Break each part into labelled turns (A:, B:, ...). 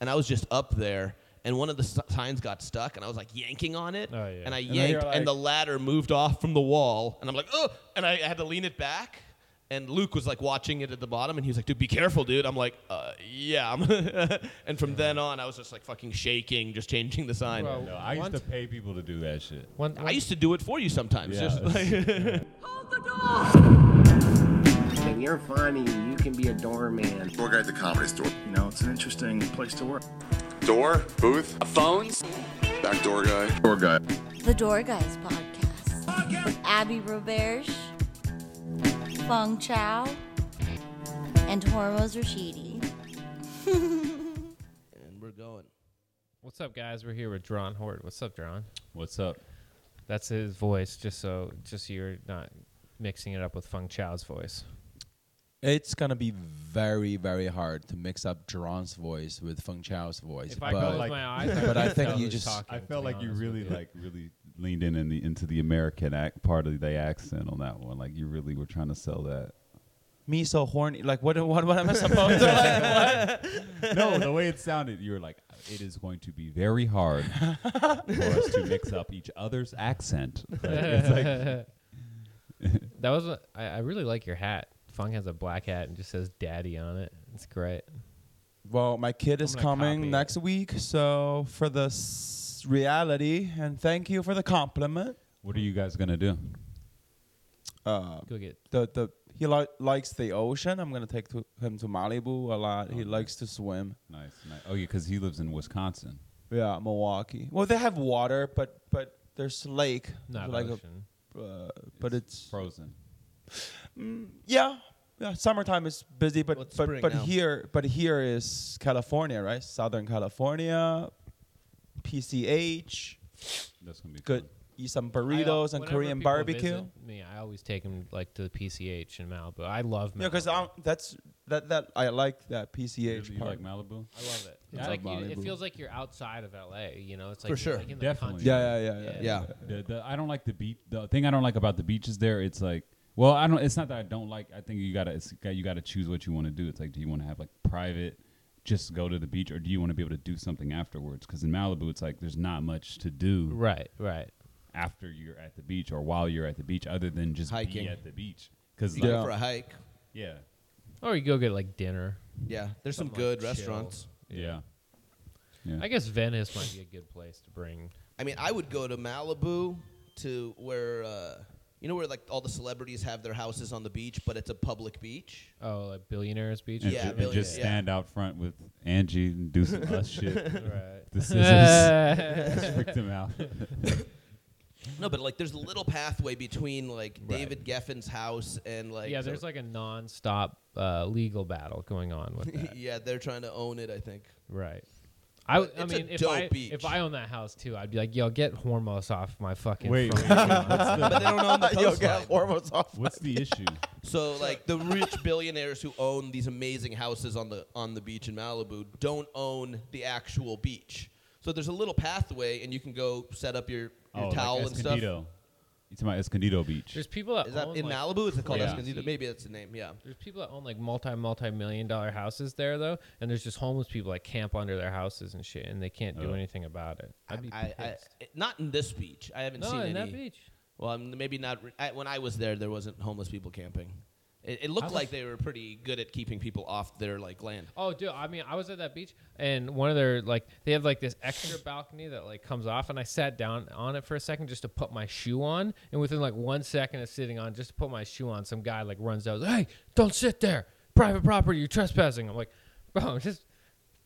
A: and I was just up there. And one of the s- signs got stuck, and I was like yanking on it,
B: Oh, yeah.
A: and I
B: And then
A: yanked,
B: you're like-
A: and the ladder moved off from the wall, and I'm like, oh, and I had to lean it back. And Luke was like watching it at the bottom, and he was like, "Dude, be careful, dude." I'm like, uh, "Yeah." I'm and from then on, I was just like fucking shaking, just changing the sign.
B: Well,
C: No, I used
B: one-
C: to pay people to do that shit.
B: One, one,
A: I used to do it for you sometimes.
C: Yeah.
A: Just like
D: Hold the door!
E: If you're funny, you can be a doorman.
F: Tour guide at the comedy store.
G: You know, it's an interesting place to work.
F: Door, booth,
H: Phones?
F: back door guy. Door guy.
I: The Door Guys podcast. With Abby Roberge, Feng Chao, and Hormoz Rashidi.
A: and we're going.
B: What's up, guys? We're here with Dron Hort. What's up, Dron?
C: What's up?
B: That's his voice, just so just so you're not mixing it up with Feng Chao's voice.
J: It's gonna be very, very hard to mix up Duran's voice with Feng Chao's voice.
B: If I
J: but
B: close
C: like-
B: my eyes, I
J: but I
B: wouldn't
J: think
B: tell
J: you
B: who's
J: just-
B: talking,
C: I
B: to
C: felt
B: be
C: like you
B: honest with
C: really like really leaned in, in the, into the American act part of the accent on that one. Like you really were trying to sell that.
J: me so horny, like what? What, what am I supposed to? Like,
C: no, the way it sounded, you were like, it is going to be very hard for us to mix up each other's accent. Like, it's like,
B: That was a, I, I really like your hat. Fung has a black hat and just says "Daddy" on it. It's great.
J: well, my kid is
B: I'm gonna copy
J: coming
B: it.
J: next week, so for the s- reality, and thank you for the compliment.
C: what are you guys gonna do?
J: Uh,
B: Go get
J: the the he li- likes the ocean. I'm gonna take to him to Malibu a lot. He likes to swim.
C: Nice, nice. Oh yeah, because he lives in Wisconsin.
J: Yeah, Milwaukee. Well, they have water, but but there's lake,
B: not
J: like
B: ocean.
J: a, uh, but it's
C: Frozen.
J: Yeah. Yeah, summertime is busy, but
A: Well, it's
J: but
A: spring
J: but
A: now.
J: here but here is California, right? Southern California, PCH,
C: That's gonna be
J: good
C: fun.
J: eat some
B: I al-
J: burritos and
B: whenever
J: Korean
B: people
J: barbecue. Yeah,
B: visit Me, I always take them like to the PCH in Malibu. I love Malibu.
J: because
B: I
J: um, that's that that I like that PCH
C: Really, you
J: part.
C: like Malibu?
B: love it. It's
C: I
B: like
C: love
B: you, it
C: Malibu.
B: feels like you're outside of LA. You know, it's like
A: For
B: you're,
A: sure.
B: like, in the
C: Definitely.
B: country.
J: yeah, yeah, yeah, yeah, yeah.
A: Yeah.
C: The, the, I don't like the beach. The thing I don't like about the beaches there, it's like, well, I don't. It's not that I don't like. I think you gotta, it's, got- you gotta choose what you want to do. It's like, do you want to have like private, just go to the beach, or do you want to be able to do something afterwards? Because in Malibu, it's like there's not much to do
B: Right, right.
C: after you're at the beach or while you're at the beach, other than just
A: Hiking.
C: be at the beach. Because
A: You
C: like,
A: go
J: Yeah.
A: for a hike.
C: yeah,
B: Or you go get like dinner.
A: Yeah, there's some
B: Some, like,
A: good
B: chill.
A: restaurants.
C: yeah, yeah.
B: I guess Venice might be a good place to bring.
A: I mean, I would go to Malibu to where uh, you know where like all the celebrities have their houses on the beach, but it's a public beach.
B: Oh, like billionaires beach.
C: and,
A: Yeah,
C: ju- and
A: Billy,
C: just
A: yeah.
C: stand out front with Angie and do some us shit.
B: Right.
C: The scissors Just freaked him out.
A: No, but like there's a little pathway between like
B: Right.
A: David Geffen's house and like
B: yeah, there's like a non-stop uh, legal battle going on with that.
A: yeah, they're trying to own it. I think.
B: right. I, w- I
A: It's a
B: mean, if
A: dope
B: I
A: beach.
B: if I own that house too, I'd be like, yo, get Hormos off my fucking.
C: Wait,
B: front
C: wait,
B: lawn."
A: but they don't own the
J: Yo, get
A: coastline.
J: hormones off.
C: What's the issue?
A: So like the rich billionaires who own these amazing houses on the on the beach in Malibu don't own the actual beach. So there's a little pathway, and you can go set up your, your
C: oh,
A: towel
C: like
A: and stuff.
C: Escondido. You talking about Escondido Beach?
B: There's people that
A: Is that
B: own,
A: in
B: Oh, like-
A: Malibu? Is it called
C: Yeah.
A: Escondido? Maybe that's the name. Yeah.
B: There's people that own like multi multi million dollar houses there though, and there's just homeless people that camp under their houses and shit, and they can't do
C: Oh.
B: anything about it. I'd be
A: I, I,
B: pissed.
A: it- not in this beach. I haven't
B: no,
A: seen
B: in
A: any.
B: that beach.
A: Well, um, maybe not. re- I, when I was there, there wasn't homeless people camping. It, it looked
B: I
A: like
B: was-
A: they were pretty good at keeping people off their like land.
B: Oh, dude! I mean, I was at that beach, and one of their like they have like this extra balcony that like comes off, and I sat down on it for a second just to put my shoe on, and within like one second of sitting on, just to put my shoe on, some guy like runs out, hey, don't sit there, private property, you're trespassing. I'm like, bro, just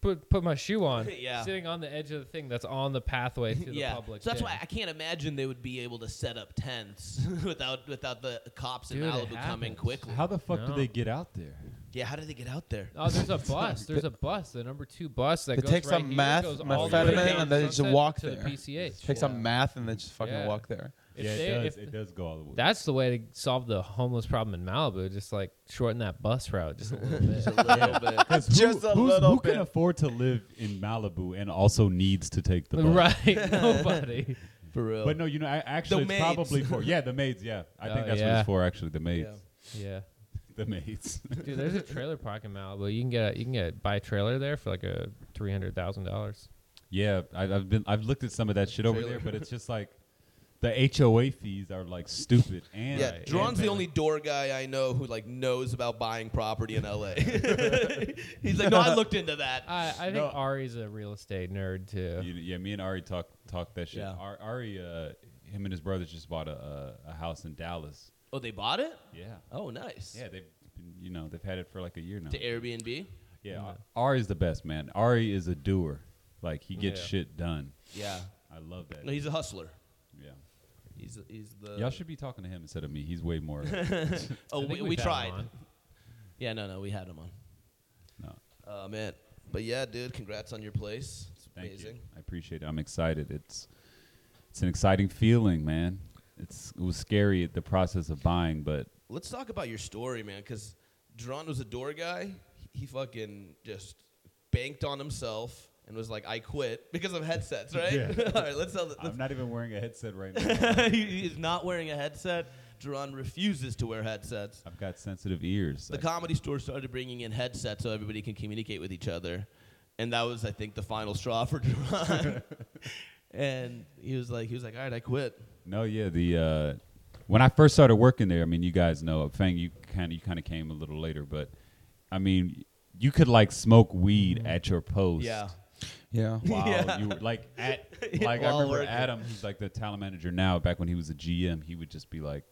B: put put my shoe on.
A: Yeah.
B: Sitting on the edge of the thing that's on the pathway to the
A: yeah.
B: public.
A: so that's
B: thing.
A: why I can't imagine they would be able to set up tents without without the cops in
B: Dude, it
A: Malibu coming
B: happens.
A: quickly.
C: How the fuck
B: No.
C: did they get out there?
A: yeah. How did they get out there?
B: Oh, there's a bus. There's a bus. The number two bus that
J: They
B: goes
J: take
B: right
J: some
B: here,
J: math,
B: goes all the way
J: methamphetamine,
B: down
J: and they just
B: Sunset
J: walk
B: to
J: there.
B: The PCH.
J: Take some math and then just fucking
B: Yeah.
J: walk there.
B: If
C: yeah,
B: they-
C: it does.
B: if-
C: it does go all the way.
B: That's the way to solve the homeless problem in Malibu. Just like shorten that bus route just a little bit.
J: Just a
C: who's-
J: little
C: who
J: bit.
C: can afford to live in Malibu and also needs to take the bus?
B: right, nobody.
A: For real.
C: But no, you know, I, actually, it's
A: maids.
C: probably for yeah, the maids. Yeah, I
B: Oh,
C: think that's what
B: yeah.
C: it's for. Actually, the maids.
A: Yeah.
B: Yeah.
C: the maids.
B: Dude, there's a trailer park in Malibu. You can get a, you can get buy a trailer there for like a three hundred thousand dollars.
C: yeah, I, I've been I've looked at some of that shit over there, but it's just like the HOA fees are like stupid. And
A: Yeah,
C: and
A: Dron's the
C: bad.
A: only door guy I know who like knows about buying property in LA. He's like, no, I looked into that.
B: I I think Ari's a real estate nerd too.
C: You- yeah, me and Ari talk talk that shit.
A: Yeah.
C: Ar- Ari, uh, him and his brothers just bought a, a a house in Dallas.
A: oh, they bought it.
C: Yeah.
A: Oh, nice.
C: Yeah, they've been, you know they've had it for like a year now.
A: To Airbnb.
C: Yeah, Ar- Ari's the best man. Ari is a doer. Like he gets
B: Yeah.
C: shit done.
A: Yeah.
C: I love that.
A: No, he's a hustler.
C: yeah.
A: He's he's the.
C: Y'all should be talking to him instead of me. He's way more.
A: Oh,
B: I think
A: we,
B: we've
A: we
B: had him
A: tried.
B: on.
A: Yeah, no, no, we had him on.
C: no.
A: Oh man, but yeah, dude, congrats on your place. It's
C: Thank
A: amazing.
C: you. I appreciate it. I'm excited. It's it's an exciting feeling, man. It's it was scary at the process of buying, but
A: Let's talk about your story, man, because Duran was a door guy. He, he fucking just banked on himself and was like, "I quit" because of headsets, right?
C: Yeah.
A: All right, let's tell. the- Let's
C: not even wearing a headset right now.
A: he he is not wearing a headset. Duran refuses to wear headsets.
C: I've got sensitive ears.
A: The
C: I-
A: comedy store started bringing in headsets so everybody can communicate with each other. And that was, I think, the final straw for Duran. and he was like, he was like, all right, I quit.
C: No, yeah, the uh, when I first started working there, I mean, you guys know, Fang, you kind of you kind of came a little later, but I mean, you could like smoke weed at your post.
A: Yeah.
K: Yeah.
C: Wow,
A: Yeah.
C: you were like at like I
A: While
C: remember
A: working.
C: Adam, who's like the talent manager now. Back when he was a GM, he would just be like,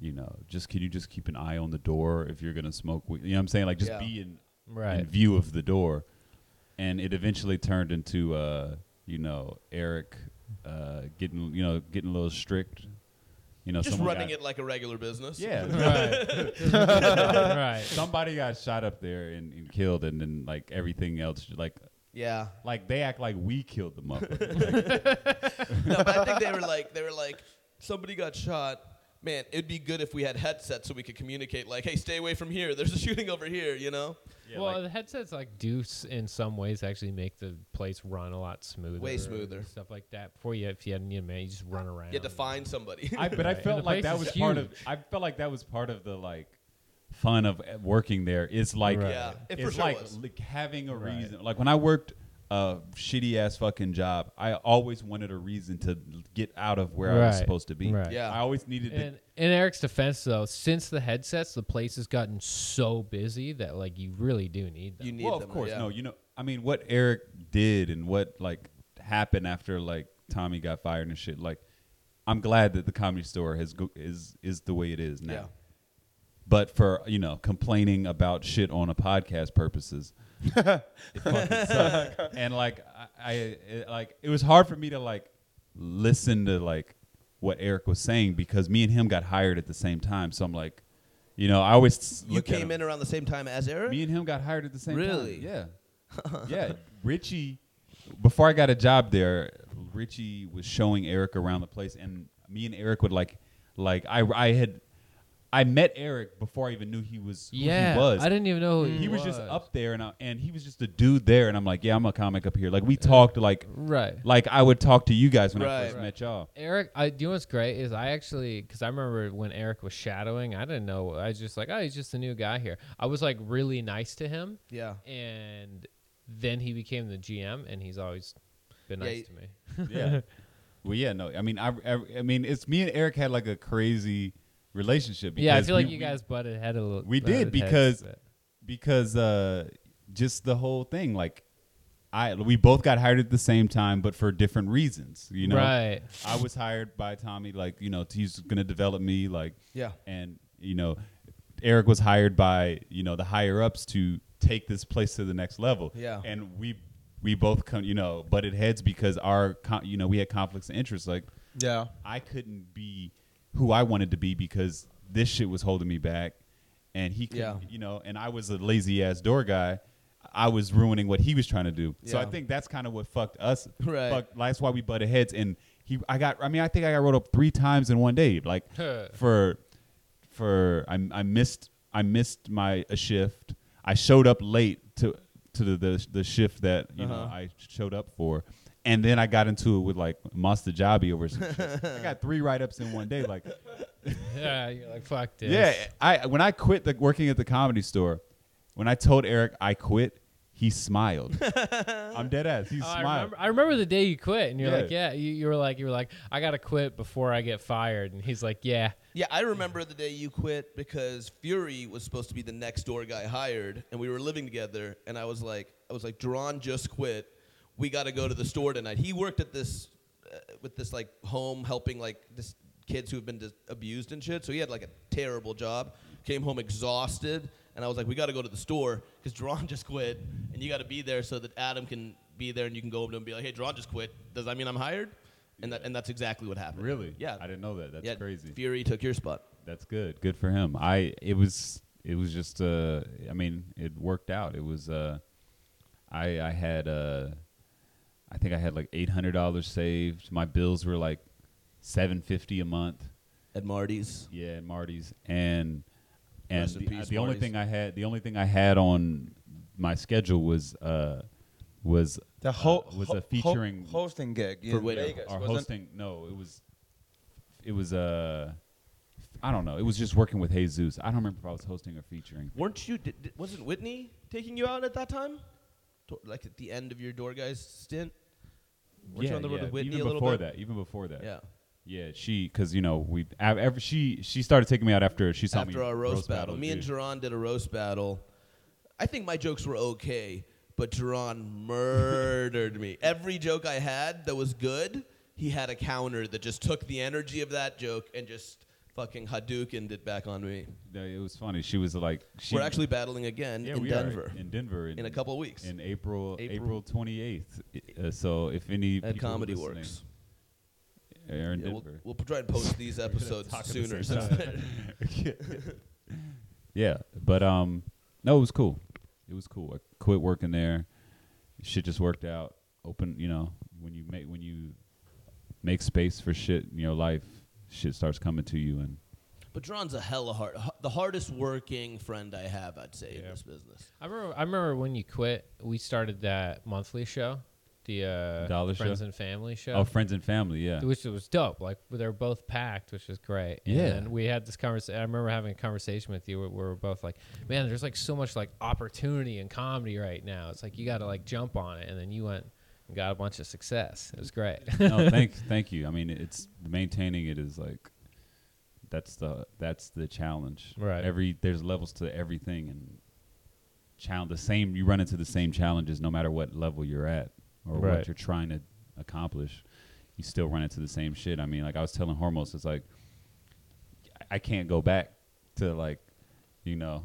C: you know, just can you just keep an eye on the door if you're gonna smoke weed? You know what I'm saying? Like just
A: Yeah.
C: be in in
B: Right.
C: view of the door, and it eventually turned into uh, you know Eric uh, getting you know getting a little strict. You know,
A: Just
C: someone
A: running
C: got-
A: it like a regular business.
C: Yeah,
B: right. right.
C: somebody got shot up there and, and killed, and then like everything else, like
A: Yeah.
C: like they act like we killed the motherfucker.
A: No, but I think they were like, they were like, somebody got shot. Man, it'd be good if we had headsets so we could communicate. Like, hey, stay away from here. There's a shooting over here. You know,
B: well, the headsets like do s- in some ways actually make the place run a lot smoother.
A: Way
B: and
A: smoother.
B: Stuff like that. Before you, if you had you know, man, you just run around.
A: you had to find somebody.
C: I, but I
B: Right.
C: felt
B: And the
C: like
B: place
C: that
B: is
C: was part of. I felt like that was part of the like fun of uh, working there. Is like
B: Right.
A: Yeah, it for
C: it's
A: sure
C: like,
A: was.
C: like having a reason. Like when I worked a shitty ass fucking job, I always wanted a reason to get out of where I was
B: Right.
C: supposed to be.
B: Right.
A: Yeah.
C: I always needed. to-
B: And in Eric's defense, though, since the headsets, the place has gotten so busy that like you really do need them.
A: you need
C: well,
A: them,
C: of course,
A: yeah.
C: no. You know, I mean, what Eric did and what like happened after like Tommy got fired and shit. Like, I'm glad that the comedy store has go- is is the way it is now.
A: Yeah.
C: But for you know complaining about shit on a podcast purposes, it fucking sucked. and like I, I it, like it was hard for me to like listen to like what Eric was saying because me and him got hired at the same time. So I'm like, you know, I always
A: You
C: look at
A: came
C: him.
A: in around the same time as Eric.
C: Me and him got hired at the same time.
A: Really?
C: Yeah. yeah. Richie, before I got a job there, Richie was showing Eric around the place, and me and Eric would like, like I, I had, I met Eric before I even knew he was who
B: Yeah,
C: he was.
B: I didn't even know who
C: He was just up there, and I, and he was just a dude there, and I'm like, yeah, I'm a comic up here. Like we talked, like
B: Right.
C: like I would talk to you guys when I
A: Right.
C: first
A: Right.
C: met y'all.
B: Eric, I, do you know what's great is I actually because I remember when Eric was shadowing, I didn't know. I was just like, oh, he's just a new guy here. I was like really nice to him,
A: Yeah.
B: and then he became the GM, and he's always been
A: Yeah,
B: nice
A: he-
B: to me.
C: yeah. Well, yeah, no. I mean, I, I, I mean, it's me and Eric had like a crazy relationship.
B: Yeah, I
C: because
B: feel like
C: we-
B: you
C: we-
B: guys butted head a little.
C: we did
B: butted heads,
C: because
B: but-
C: because uh just the whole thing like i we both got hired at the same time but for different reasons you know
B: right.
C: i was hired by tommy like you know he's gonna develop me like
A: Yeah.
C: and you know eric was hired by you know the higher ups to take this place to the next level
A: Yeah.
C: and we we both come you know butted heads because our con- you know we had conflicts of interest like
K: Yeah.
C: I couldn't be who I wanted to be because this shit was holding me back, and he, could,
A: Yeah.
C: you know, and I was a lazy ass door guy. I was ruining what he was trying to do. So I
A: Yeah.
C: think that's kind of what fucked us.
A: Right.
C: Fucked, that's why we butted heads. And he, I got. I mean, I think I got wrote up three times in one day. Like for, for I, I missed, I missed my a shift. I showed up late to to the the, the shift that you know
A: Uh-huh.
C: I showed up for, and then I got into it with like Master Jabi over some shit. I got three write ups in one day. Like,
B: yeah, you're like fuck this.
C: yeah, I when I quit the, working at the comedy store, when I told Eric I quit, he smiled. I'm dead ass. He
B: Oh, I
C: smiled.
B: remember, I remember the day you quit, and you're
C: Yeah.
B: like, "Yeah." You, you were like, "You were like, I gotta quit before I get fired." And he's like, "Yeah."
A: Yeah, I remember the day you quit because Fury was supposed to be the next door guy hired, and we were living together. And I was like, I was like, Duran just quit. We got to go to the store tonight. He worked at this, uh, with this like home helping like this kids who have been dis- abused and shit. So he had like a terrible job. Came home exhausted, and I was like, we got to go to the store because Duran just quit, and you got to be there so that Adam can be there and you can go up to him and be like, hey, Duran just quit. Does that mean I'm hired? And that, and that's exactly what happened.
C: Really?
A: Yeah.
C: I didn't know that. That's
A: yeah,
C: crazy.
A: Fury took your spot.
C: That's good. Good for him. I it was it was just uh I mean, it worked out. It was uh I I had uh I think I had like eight hundred dollars saved. My bills were like seven fifty a month.
A: at Marty's.
C: Yeah, at Marty's and and
A: Rest in
C: the,
A: peace,
C: the only
A: Marty's.
C: thing I had the only thing I had on my schedule was uh was
K: The whole
C: uh, was a featuring
K: hosting gig
A: For
K: in
A: Widow.
K: Vegas.
C: our
K: wasn't-
C: hosting no it was it was uh i don't know it was just working with jesus i don't remember if i was hosting or featuring
A: Weren't you? Did, did- wasn't Whitney taking you out at that time? To- Like at the end of your door guys stint. Weren't you on the road with Whitney
C: even
A: a little
C: before
A: bit?
C: that even before that
A: Yeah.
C: yeah she because you know we av- ever she she started taking me out after she saw me
A: After our roast, battle, me and
C: dude.
A: Jerron did a roast battle. I think my jokes were okay, but Jerron murdered me. Every joke I had that was good, he had a counter that just took the energy of that joke and just fucking Hadoukened it back on me.
C: No, it was funny she was like she,
A: We're actually battling again
C: yeah,
A: in
C: we are
A: Denver.
C: in denver in,
A: in a couple of weeks.
C: in april april,
A: April.
C: 28th uh, so if any
A: at
C: people
A: Comedy
C: listening,
A: Works.
C: are in
A: Yeah, we'll,
C: denver
A: we'll try and post these episodes
C: talk at the
A: sooner.
C: same
A: since
C: time.
A: they're-
C: Yeah, but um, no, it was cool. It was cool. I quit working there. Shit just worked out. Open, you know, when you make when you make space for shit in your life, shit starts coming to you. And
A: But John's a hella hard, h- the hardest working friend I have, I'd say, in this business.
B: I remember. I remember when you quit. We started that monthly show, the uh,
C: Dollar show?
B: friends and family show.
C: oh, friends and family, yeah,
B: which was dope. Like they were both packed, which was great.
C: Yeah.
B: And we had this conversation. I remember having a conversation with you where we were both like, "Man, there's like so much like opportunity in comedy right now. It's like you got to like jump on it." And then you went and got a bunch of success. It was great.
C: no, thank thank you. I mean, it's maintaining it is like that's the that's the challenge.
B: Right.
C: Every there's levels to everything and challenge the same you run into the same challenges no matter what level you're at or
B: Right.
C: what you're trying to accomplish. You still run into the same shit. I mean, like I was telling Hormos, it's like I- I can't go back to like, you know,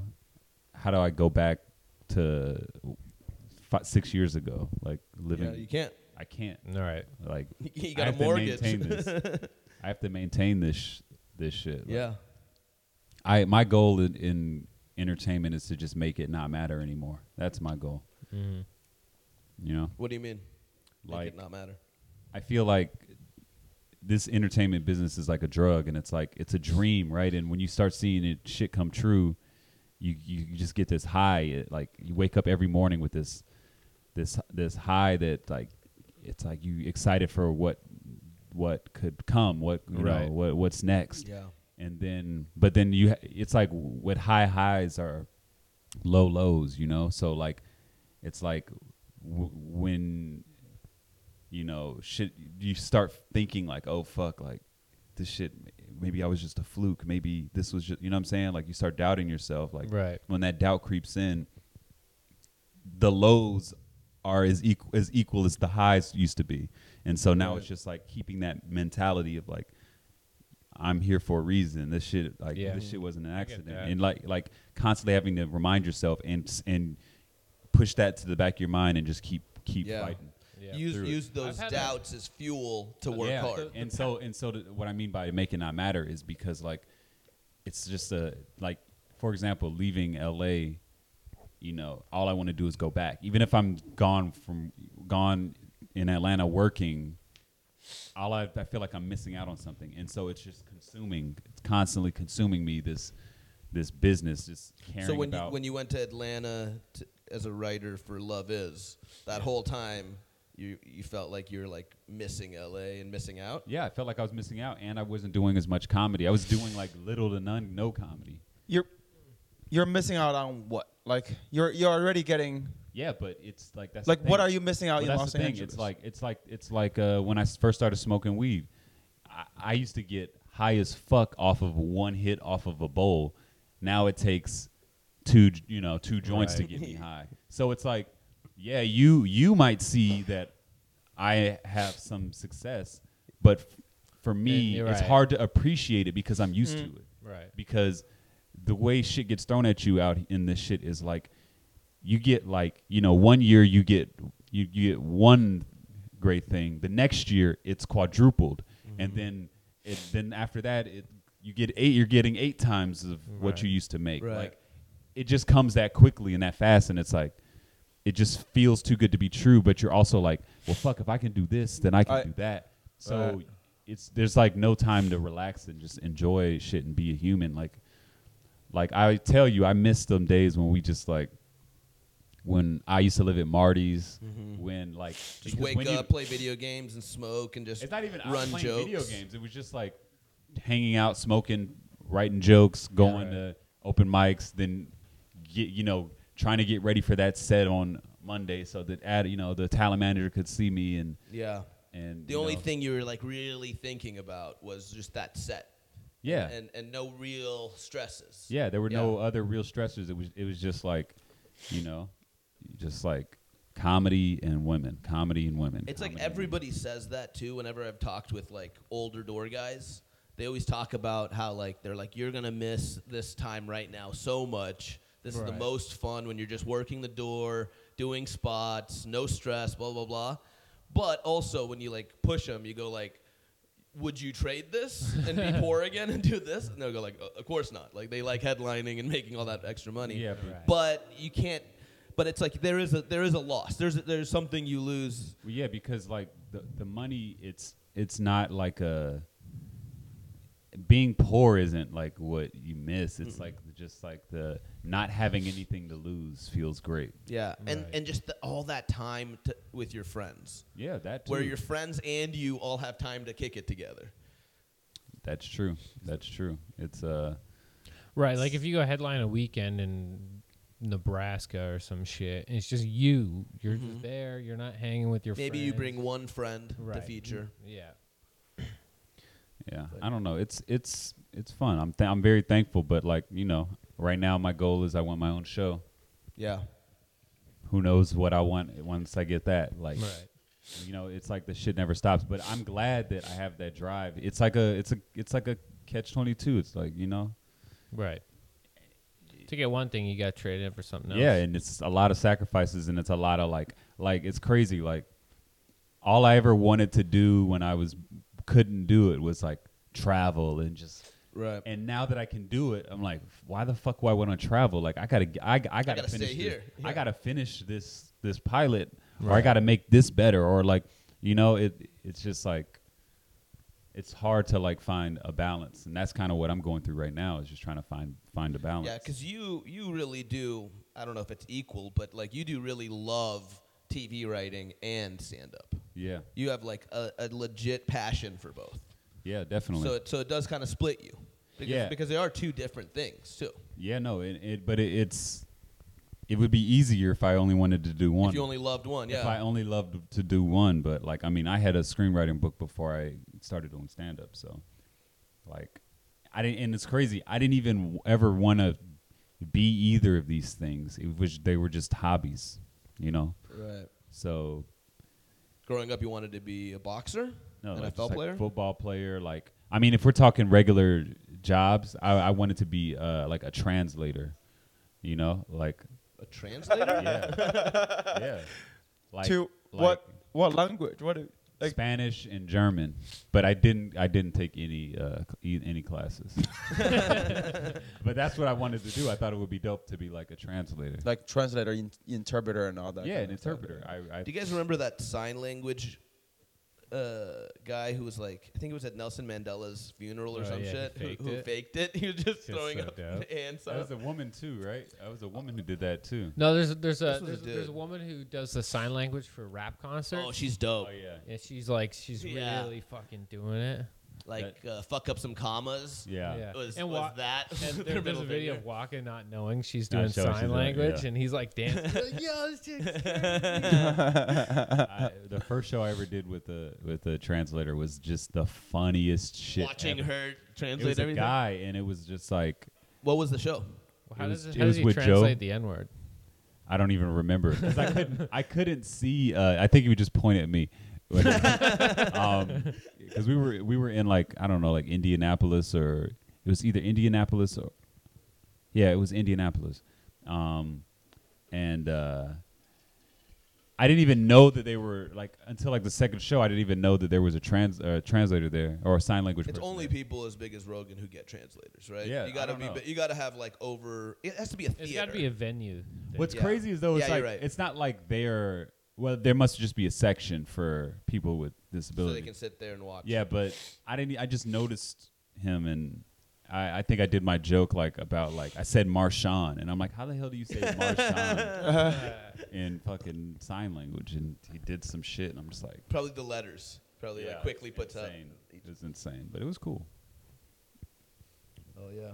C: how do I go back to five, six years ago? Like living,
A: Yeah, you can't.
C: I can't
B: All right.
C: like
A: You
C: I
A: got a
C: have to
A: mortgage.
C: maintain this. I have to maintain this sh- this shit. Like,
A: Yeah.
C: I my goal in, in entertainment is to just make it not matter anymore. That's my goal.
A: Mm-hmm.
C: You know,
A: What do you mean? Make
C: Like-
A: it not matter.
C: I feel like this entertainment business is like a drug, and it's like it's a dream, right? And when you start seeing it shit come true, you you you just get this high. It, like you wake up every morning with this this this high that like it's like you excited for what what could come, what you
B: Right.
C: know, what what's next.
A: Yeah.
C: And then, but then you, ha- it's like what high highs are low lows, you know. So like, it's like w- when you know, shit, you start thinking like, oh fuck, like this shit, maybe I was just a fluke. Maybe this was just, you know what I'm saying? Like you start doubting yourself. Like
B: Right.
C: when that doubt creeps in, the lows are as equal as equal as the highs used to be. And so now it's just like keeping that mentality of like, I'm here for a reason. This shit, like
B: Yeah.
C: this shit wasn't an accident.
B: that.
C: And like, like constantly having to remind yourself and, s- and push that to the back of your mind and just keep, keep
A: Yeah.
C: fighting.
B: Yeah.
A: Use
C: through it.
A: use those
B: I've had that.
A: doubts as fuel to work
C: Yeah,
A: hard.
C: And so and so th- what I mean by make it not matter is because like it's just a like for example leaving LA you know all I want to do is go back even if I'm gone from gone in Atlanta working all I, I feel like I'm missing out on something and so it's just consuming it's constantly consuming me this this business, just caring
A: So when
C: about.
A: you when you went to Atlanta to, as a writer for Love Is, that whole time you you felt like you were like missing LA and missing out.
C: yeah, I felt like I was missing out, and I wasn't doing as much comedy. I was doing like little to none, no comedy.
K: You're you're missing out on what? Like you're you're already getting
C: Yeah, but it's like that's the
K: like what
C: thing.
K: are you missing out
C: But
K: in
C: that's
K: Los
C: the thing.
K: Angeles?
C: It's like it's like it's like uh, when I s- first started smoking weed, I, I used to get high as fuck off of one hit off of a bowl. Now it takes two, j- you know, two joints to
B: Right.
C: get me high. So it's like, yeah, you you might see that I have some success, but f- for me,
B: you're
C: it's
B: right. Mm.
C: hard to appreciate it because I'm used to it
B: Right.
C: because the way shit gets thrown at you out in this shit is like you get like you know one year you get you, you get one great thing the next year it's quadrupled and then it, then after that it you get eight you're getting eight times of what
B: Right.
C: you used to make
A: Right.
C: like it just comes that quickly and that fast and it's like it just feels too good to be true but you're also like well fuck if i can do this then i can
K: I-
C: do that so
K: Right.
C: it's there's like no time to relax and just enjoy shit and be a human like like I tell you, I miss them days when we just like when I used to live at Marty's. When like
A: Mm-hmm. Just
C: because
A: wake
C: when you-
A: up, play video games, and smoke, and just
C: it's not even I was
A: run
C: playing
A: jokes.
C: video games. It was just like hanging out, smoking, writing jokes, going to open mics, then get you know trying to get ready for that set on Monday so that ad, you know the talent manager could see me and
A: Yeah.
C: and
A: The
C: you
A: only
C: know,
A: thing you were like really thinking about was just that set.
C: yeah
A: And and no real stresses.
C: Yeah, there were
A: Yeah.
C: no other real stressors. It was it was just like, you know, just like comedy and women, comedy and women.
A: It's like
C: comedy and women.
A: everybody says that too. Whenever I've talked with like older door guys, they always talk about how like they're like you're gonna miss this time right now so much. This is the
B: Right.
A: most fun when you're just working the door, doing spots, no stress, blah blah blah. But also when you like push them, you go like, "Would you trade this and be poor again and do this?" And they'll go like, "Uh, "Of course not." Like they like headlining and making all that extra money.
C: Yeah, but- Right.
A: but you can't. But it's like there is a there is a loss. There's a, there's something you lose.
C: Well, yeah, because like the the money, it's it's not like a being poor isn't like what you miss. It's like just like the not having anything to lose feels great.
A: Yeah, and
B: Right.
A: and just the, all that time to, with your friends,
C: Yeah, that
A: where
C: too.
A: your friends and you all have time to kick it together.
C: That's true. That's true. It's uh
B: Right, like if you go headline a weekend in Nebraska or some shit, and it's just you. You're just there. You're not hanging with your.
A: Mm-hmm. Maybe you
B: friends.
A: bring one friend to
B: Right.
A: feature.
B: Yeah.
C: Yeah, I don't know. It's it's it's fun. I'm th- I'm very thankful, but like you know, right now my goal is I want my own show.
A: Yeah,
C: Who knows what I want once I get that? Like,
B: Right.
C: you know, it's like the shit never stops. But I'm glad that I have that drive. It's like a it's a it's like a catch twenty two. It's like you know,
B: Right. To get one thing, you got traded in for something else.
C: yeah, and it's a lot of sacrifices, and it's a lot of like like it's crazy. Like all I ever wanted to do when I was couldn't do it was like travel and just
A: right.
C: And now that I can do it, I'm like, why the fuck would I want to travel? Like, I gotta, I, I gotta,
A: gotta
C: finish
A: stay
C: this.
A: here. Yeah.
C: I gotta finish this this pilot, or I gotta make this better, or like, you know, it it's just like, it's hard to like find a balance, and that's kind of what I'm going through right now is just trying to find find a balance.
A: Yeah, because you you really do. I don't know if it's equal, but like you do really love TV writing and stand up.
C: yeah,
A: You have like a, a legit passion for both.
C: yeah, definitely.
A: So it, so it does kind of split you. Because,
C: Yeah.
A: because they are two different things too.
C: yeah, no, it, it but it, it's it would be easier if I only wanted to do one.
A: If you only loved one, yeah.
C: If I only loved to do one, but like I mean, I had a screenwriting book before I started doing stand up, so like I didn't and it's crazy. I didn't even w- ever want to be either of these things. It was they were just hobbies, you know.
A: right.
C: So
A: Growing up, you wanted to be a boxer,
C: no,
A: NFL
C: like, just, like,
A: player.
C: football player, like I mean, if we're talking regular jobs, I, I wanted to be uh, like a translator, you know, like
A: A translator?
C: yeah, yeah, like
K: to
C: like-
K: what what language? What do- like
C: Spanish and German, but I didn't I didn't take any uh, e- any classes. but that's what I wanted to do. I thought it would be dope to be like a translator.
K: like translator, in, interpreter, and all that.
C: yeah,
K: kind
C: an
K: of stuff.
C: interpreter. I, I
A: Do you guys remember that sign language uh, guy who was like, I think it was at Nelson Mandela's funeral or
B: Oh,
A: some
B: yeah, he
A: shit, who,
B: faked
A: who
B: it.
A: faked it. He was just
B: Just
A: throwing
B: so
A: up
B: dope.
A: hands.
C: That was a woman too, right? That was a woman who did that too.
B: No, there's there's a
A: was a
B: there's, there's a
A: dude.
B: woman who does the sign language for rap concerts.
A: Oh, she's dope.
C: Oh yeah,
B: and she's like she's
A: Yeah.
B: really fucking doing it.
A: Like uh, fuck up some commas.
C: yeah.
B: Yeah.
A: Was,
B: And
A: was
B: wa-
A: that?
B: And
A: their
B: there, there's
A: middle
B: a video of
A: finger?
B: Waka not knowing she's
C: Not
B: doing
C: sure
B: sign
C: she's doing it,
B: language,
C: yeah.
B: and he's like dancing. He's like, Yo, this chick's
C: I, the first show I ever did with the with the translator was just the funniest shit.
A: Watching
C: ever.
A: her
C: it
A: translate
C: was a
A: everything.
C: guy, and it was just like
A: What was the show?
B: Well, How
C: It
B: does it,
C: was- it
B: how
C: was
B: does he
C: with Joe.
B: translate the N word?
C: I don't even remember 'Cause I couldn't. I couldn't see. Uh, I think he would just point at me. Because we were we were in like I don't know like Indianapolis or it was either Indianapolis or yeah it was Indianapolis, um, and uh, I didn't even know that they were like until like the second show I didn't even know that there was a trans uh, translator there or a sign language.
A: It's
C: person
A: only
C: there.
A: people as big as Rogan who get translators, right?
C: Yeah,
A: you gotta
C: I don't
A: be.
C: know.
A: bi- You gotta have like over. It has to be a theater.
B: It's got to be a venue. thing.
C: What's
A: Yeah.
C: crazy is though it's
A: Yeah,
C: like
A: you're right.
C: it's not like they're well there must just be a section for people with
A: so
C: disabilities.
A: they can sit there and watch.
C: Yeah, but I didn't. e, I just noticed him, and I, I think I did my joke like about like I said Marshawn, and I'm like, how the hell do you say Marshawn in fucking sign language? And he did some shit, and I'm just like,
A: Probably the letters. Probably
C: yeah,
A: like quickly
C: it's
A: puts
C: insane.
A: up.
C: It was insane, but it was cool.
A: Oh yeah.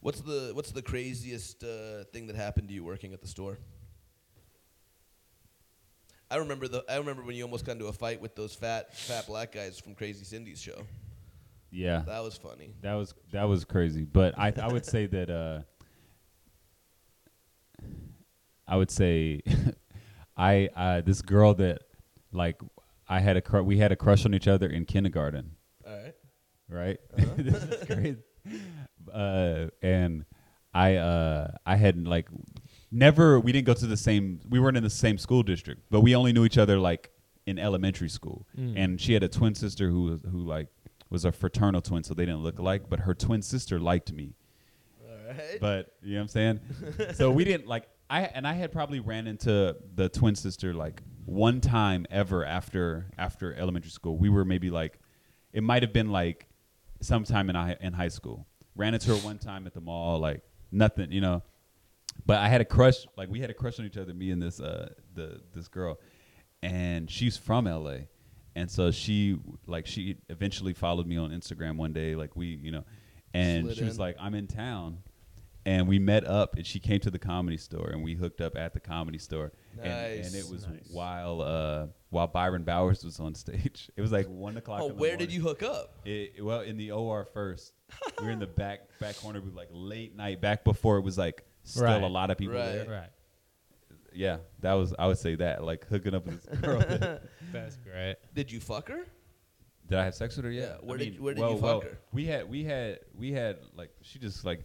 A: What's the What's the craziest uh, thing that happened to you working at the store? I remember the I remember when you almost got into a fight with those fat fat black guys from Crazy Cindy's show.
C: Yeah,
A: That was funny.
C: That was that was crazy. But I I would say that uh, I would say I uh, this girl that like I had a cru- we had a crush on each other in kindergarten,
A: All right.
C: right? this is great. Uh, and I uh, I had like never we didn't go to the same we weren't in the same school district, but we only knew each other like in elementary school. And she had a twin sister who was who like was a fraternal twin, so they didn't look alike. But her twin sister liked me
A: All right.
C: but you know what I'm saying? so we didn't like I and I had probably ran into the twin sister like one time ever after after elementary school. We were maybe like it might have been like sometime in high, in high school. Ran into her one time at the mall like nothing, you know. But I had a crush like we had a crush on each other me and this uh the this girl and she's from LA. And so she like she eventually followed me on Instagram one day like we, you know. And
A: Slid
C: she was
A: in.
C: like like I'm in town, and we met up, and she came to the comedy store, and we hooked up at the comedy store, and,
A: Nice.
C: and it was while uh, while Byron Bowers was on stage. It was like one o'clock.
A: Oh,
C: in the
A: where did
C: morning.
A: you hook up?
C: It, well, in the OR first, we were in the back back corner, we were like late night, back before it was like still
B: Right.
C: a lot of people
A: Right.
C: there.
B: right?
C: Yeah, that was I would say that like hooking up with this girl. that-
B: That's great.
A: Did you fuck her?
C: did I have sex with her?
A: Yeah,
C: Yeah.
A: where
C: I
A: did- where did
C: well,
A: you fuck
C: well,
A: her?
C: We had we had we had like she just like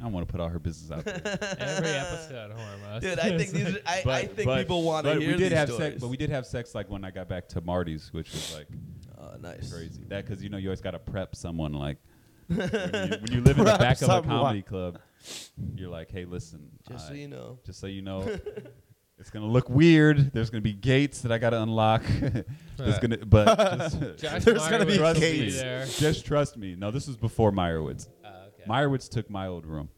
C: I don't want to put all her business out there.
B: Every episode, Hormos.
A: Dude, I think these. Are, I, I think people want to
C: but
A: hear
C: we did
A: these
C: have
A: stories.
C: sex, but we did have sex like when I got back to Marty's, which was like
A: Oh, nice.
C: crazy. That because you know you always got to prep someone like when, you, when you live in the
K: Prep
C: back
K: someone.
C: of a comedy club, you're like, hey, listen,
A: Just so
C: I-
A: you know.
C: just so you know, it's gonna look weird. There's gonna be gates that I got to unlock. There's
B: Yeah.
C: gonna, but just,
B: Josh
K: There's gotta be
B: Meyerowitz will
K: gates.
B: there.
C: just trust me. No, this was before Meyerwoods.
B: Oh, okay.
C: Meyerowitz took my old room,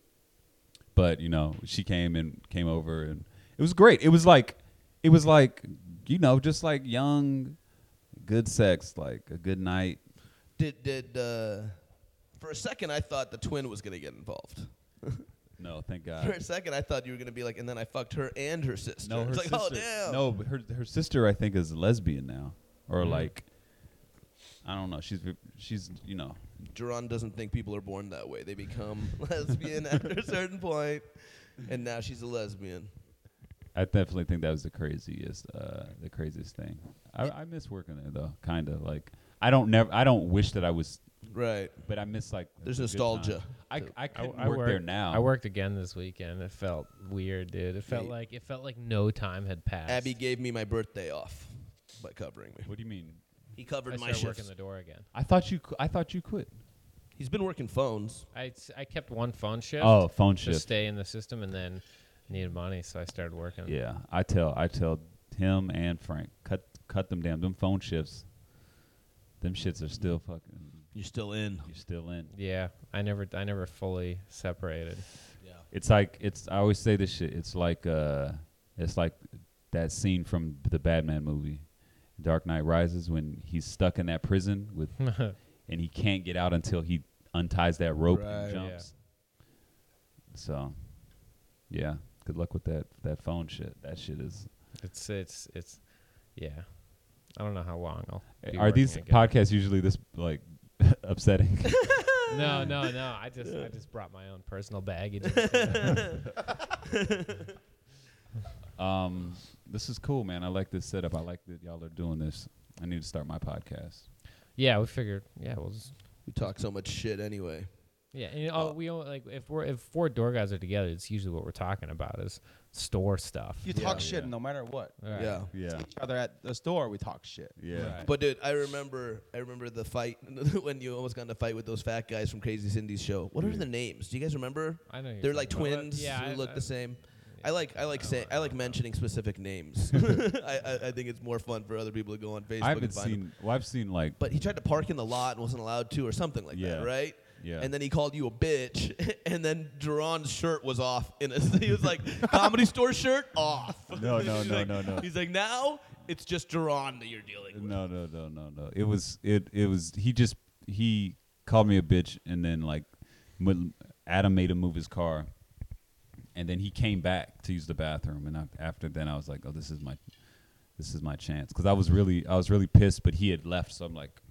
C: but you know she came and came over, and it was great. It was like, it was like, you know, just like young, good sex, like a good night.
A: Did did uh, for a second I thought the twin was gonna get involved.
C: No, thank
A: For a
C: God.
A: second I thought you were gonna be like, and then I fucked her and her sister.
C: No, her
A: it's like,
C: sister.
A: oh damn. Mm-hmm.
C: No, but her her sister I think is lesbian now, or like, I don't know. She's she's you know.
A: Jerron doesn't think people are born that way. They become lesbian at a certain point, and now she's a lesbian.
C: I definitely think that was the craziest, uh, the craziest thing. I, I miss working there though, kind of like I don't never, I don't wish that I was
A: Right.
C: but I miss like
A: There's
C: the good
A: nostalgia.
C: times. I I
B: I,
C: couldn't
B: I
C: work
B: worked
C: there now.
B: I worked again this weekend. It felt weird, dude. It felt
A: Yeah.
B: like it felt like no time had passed.
A: Abby gave me my birthday off by covering me.
C: What do you mean?
A: He
B: I
A: covered my
B: started working
A: shifts.
B: the door again.
C: I thought you qu- I thought you quit.
A: He's been working phones.
B: I, s- I kept one phone shift.
C: Oh, phone
B: to
C: shift.
B: stay in the system, and then needed money, so I started working.
C: Yeah, I tell I tell him and Frank cut cut them down. Them phone shifts. Them shits are still fucking.
A: You're still in.
C: You're still in.
B: Yeah, I never, I never fully separated.
A: Yeah.
C: It's like it's. I always say this shit. It's like uh, it's like that scene from the Batman movie, Dark Knight Rises, when he's stuck in that prison with, and he can't get out until he unties that rope
K: Right.
C: and jumps. So, yeah. Good luck with that that phone shit. That shit is.
B: It's, it's, it's, yeah. I don't know how long I'll. Be
C: Are these
B: working again.
C: podcasts usually this like upsetting?
B: No, no, no. I just, I just brought my own personal baggage.
C: Um, this is cool, man. I like this setup. I like that y'all are doing this. I need to start my podcast.
B: yeah, we figured. Yeah, we'll just.
A: We talk so much shit anyway.
B: Yeah, and oh, we only, like if we're if four door guys are together, it's usually what we're talking about is store stuff.
K: You talk shit no matter what.
B: All right.
A: Yeah.
C: Yeah,
K: Each other at the store, we talk shit.
C: yeah.
B: Right.
A: But dude, I remember, I remember the fight when you almost got in a fight with those fat guys from Crazy Cindy's show. What are the names? Do you guys remember?
B: I know you're
A: They're like
B: talking about-
A: twins
B: Yeah,
A: who
B: I-
A: look
B: I-
A: the same. I like, I like saying, I like mentioning specific names. I, I, I think it's more fun for other people to go on Facebook.
C: I haven't
A: and find them.
C: seen. Well, I've seen like.
A: But he tried to park in the lot and wasn't allowed to, or something like
C: Yeah.
A: that, right?
C: Yeah.
A: And then he called you a bitch, and then Duran's shirt was off. In a, he was like, "Comedy store shirt off."
C: No, no,
A: He's
C: no,
A: like-
C: no, no.
A: He's like, "Now it's just Duran that you're dealing with."
C: no, no, no, no, no. It was. It. It was. He just. He called me a bitch, and then like, when Adam made him move his car, and then he came back to use the bathroom, and I, after then I was like, oh, this is my, this is my chance, because I was really, I was really pissed, but he had left, so I'm like,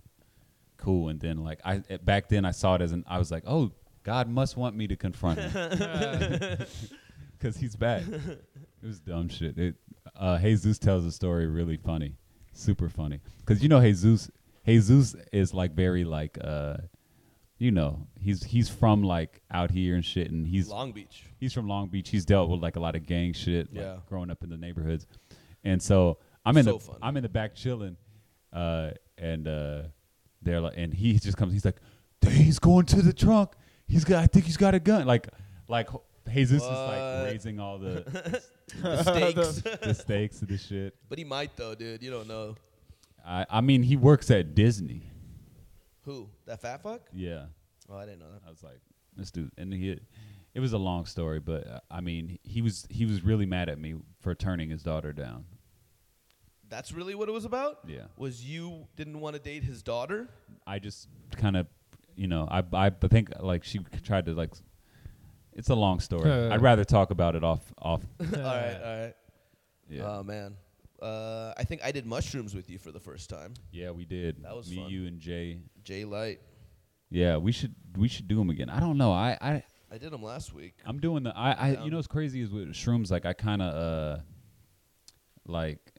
C: cool, and then like I eh, back then I saw it as an, I was like, oh, God must want me to confront him, because he's back. It was dumb shit. It, uh, Jesus tells a story really funny, super funny. Cause you know Jesus, Jesus is like very like, uh, you know, he's he's from like out here and shit, and he's
A: Long Beach.
C: he's from Long Beach. He's dealt with like a lot of gang shit, like,
A: Yeah.
C: growing up in the neighborhoods. And so I'm in
A: So
C: the
A: funny.
C: I'm in the back chilling, uh, and uh, they're like, and he just comes. He's like, "Dang, he's going to the trunk. He's got. I think he's got a gun. Like, like Jesus is
A: What?
C: like raising all the
A: Stakes.
C: the stakes of the shit.
A: but he might though, dude. You don't know
C: I I mean, he works at Disney.
A: who that fat fuck.
C: Yeah,
A: Oh, I didn't know that.
C: I was like, this dude, and he. It was a long story, but uh, I mean, he was he was really mad at me for turning his daughter down.
A: That's really what it was about.
C: Yeah.
A: Was you didn't want to date his daughter?
C: I just kind of, you know, I I think like she tried to like. It's a long story. I'd rather talk about it off off.
A: all right, all right.
C: Yeah,
A: Oh man. Uh, I think I did mushrooms with you for the first time.
C: yeah, we did.
A: That was
C: me,
A: fun.
C: you, and Jay.
A: Jay Light.
C: Yeah, we should we should do them again. I don't know. I I
A: I did them last week.
C: I'm doing the I I
A: Yeah.
C: you know what's crazy is with shrooms like I kind of uh like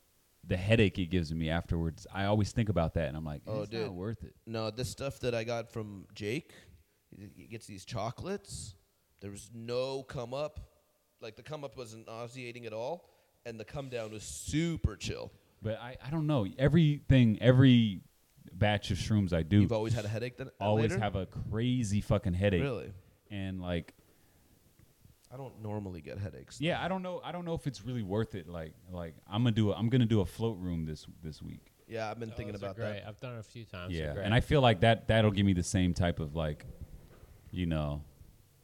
C: the headache it gives me afterwards. I always think about that and I'm like,
A: Oh,
C: it's
A: dude.
C: not worth it.
A: No, this stuff that I got from Jake, he he gets these chocolates. There was no come up. Like the come up wasn't nauseating at all, and the come down was super chill.
C: But I I don't know. Everything every batch of shrooms I do
A: You've always had a headache then. uh,
C: always
A: later?
C: have a crazy fucking headache.
A: Really?
C: And like,
A: I don't normally get headaches.
C: yeah, I don't know. I don't know if it's really worth it. Like, like I'm gonna do. A, I'm gonna do a float room this this week.
A: Yeah, I've been thinking about
B: great.
A: that.
B: I've done it a few times.
C: yeah, and I feel like that that'll give me the same type of like, you know,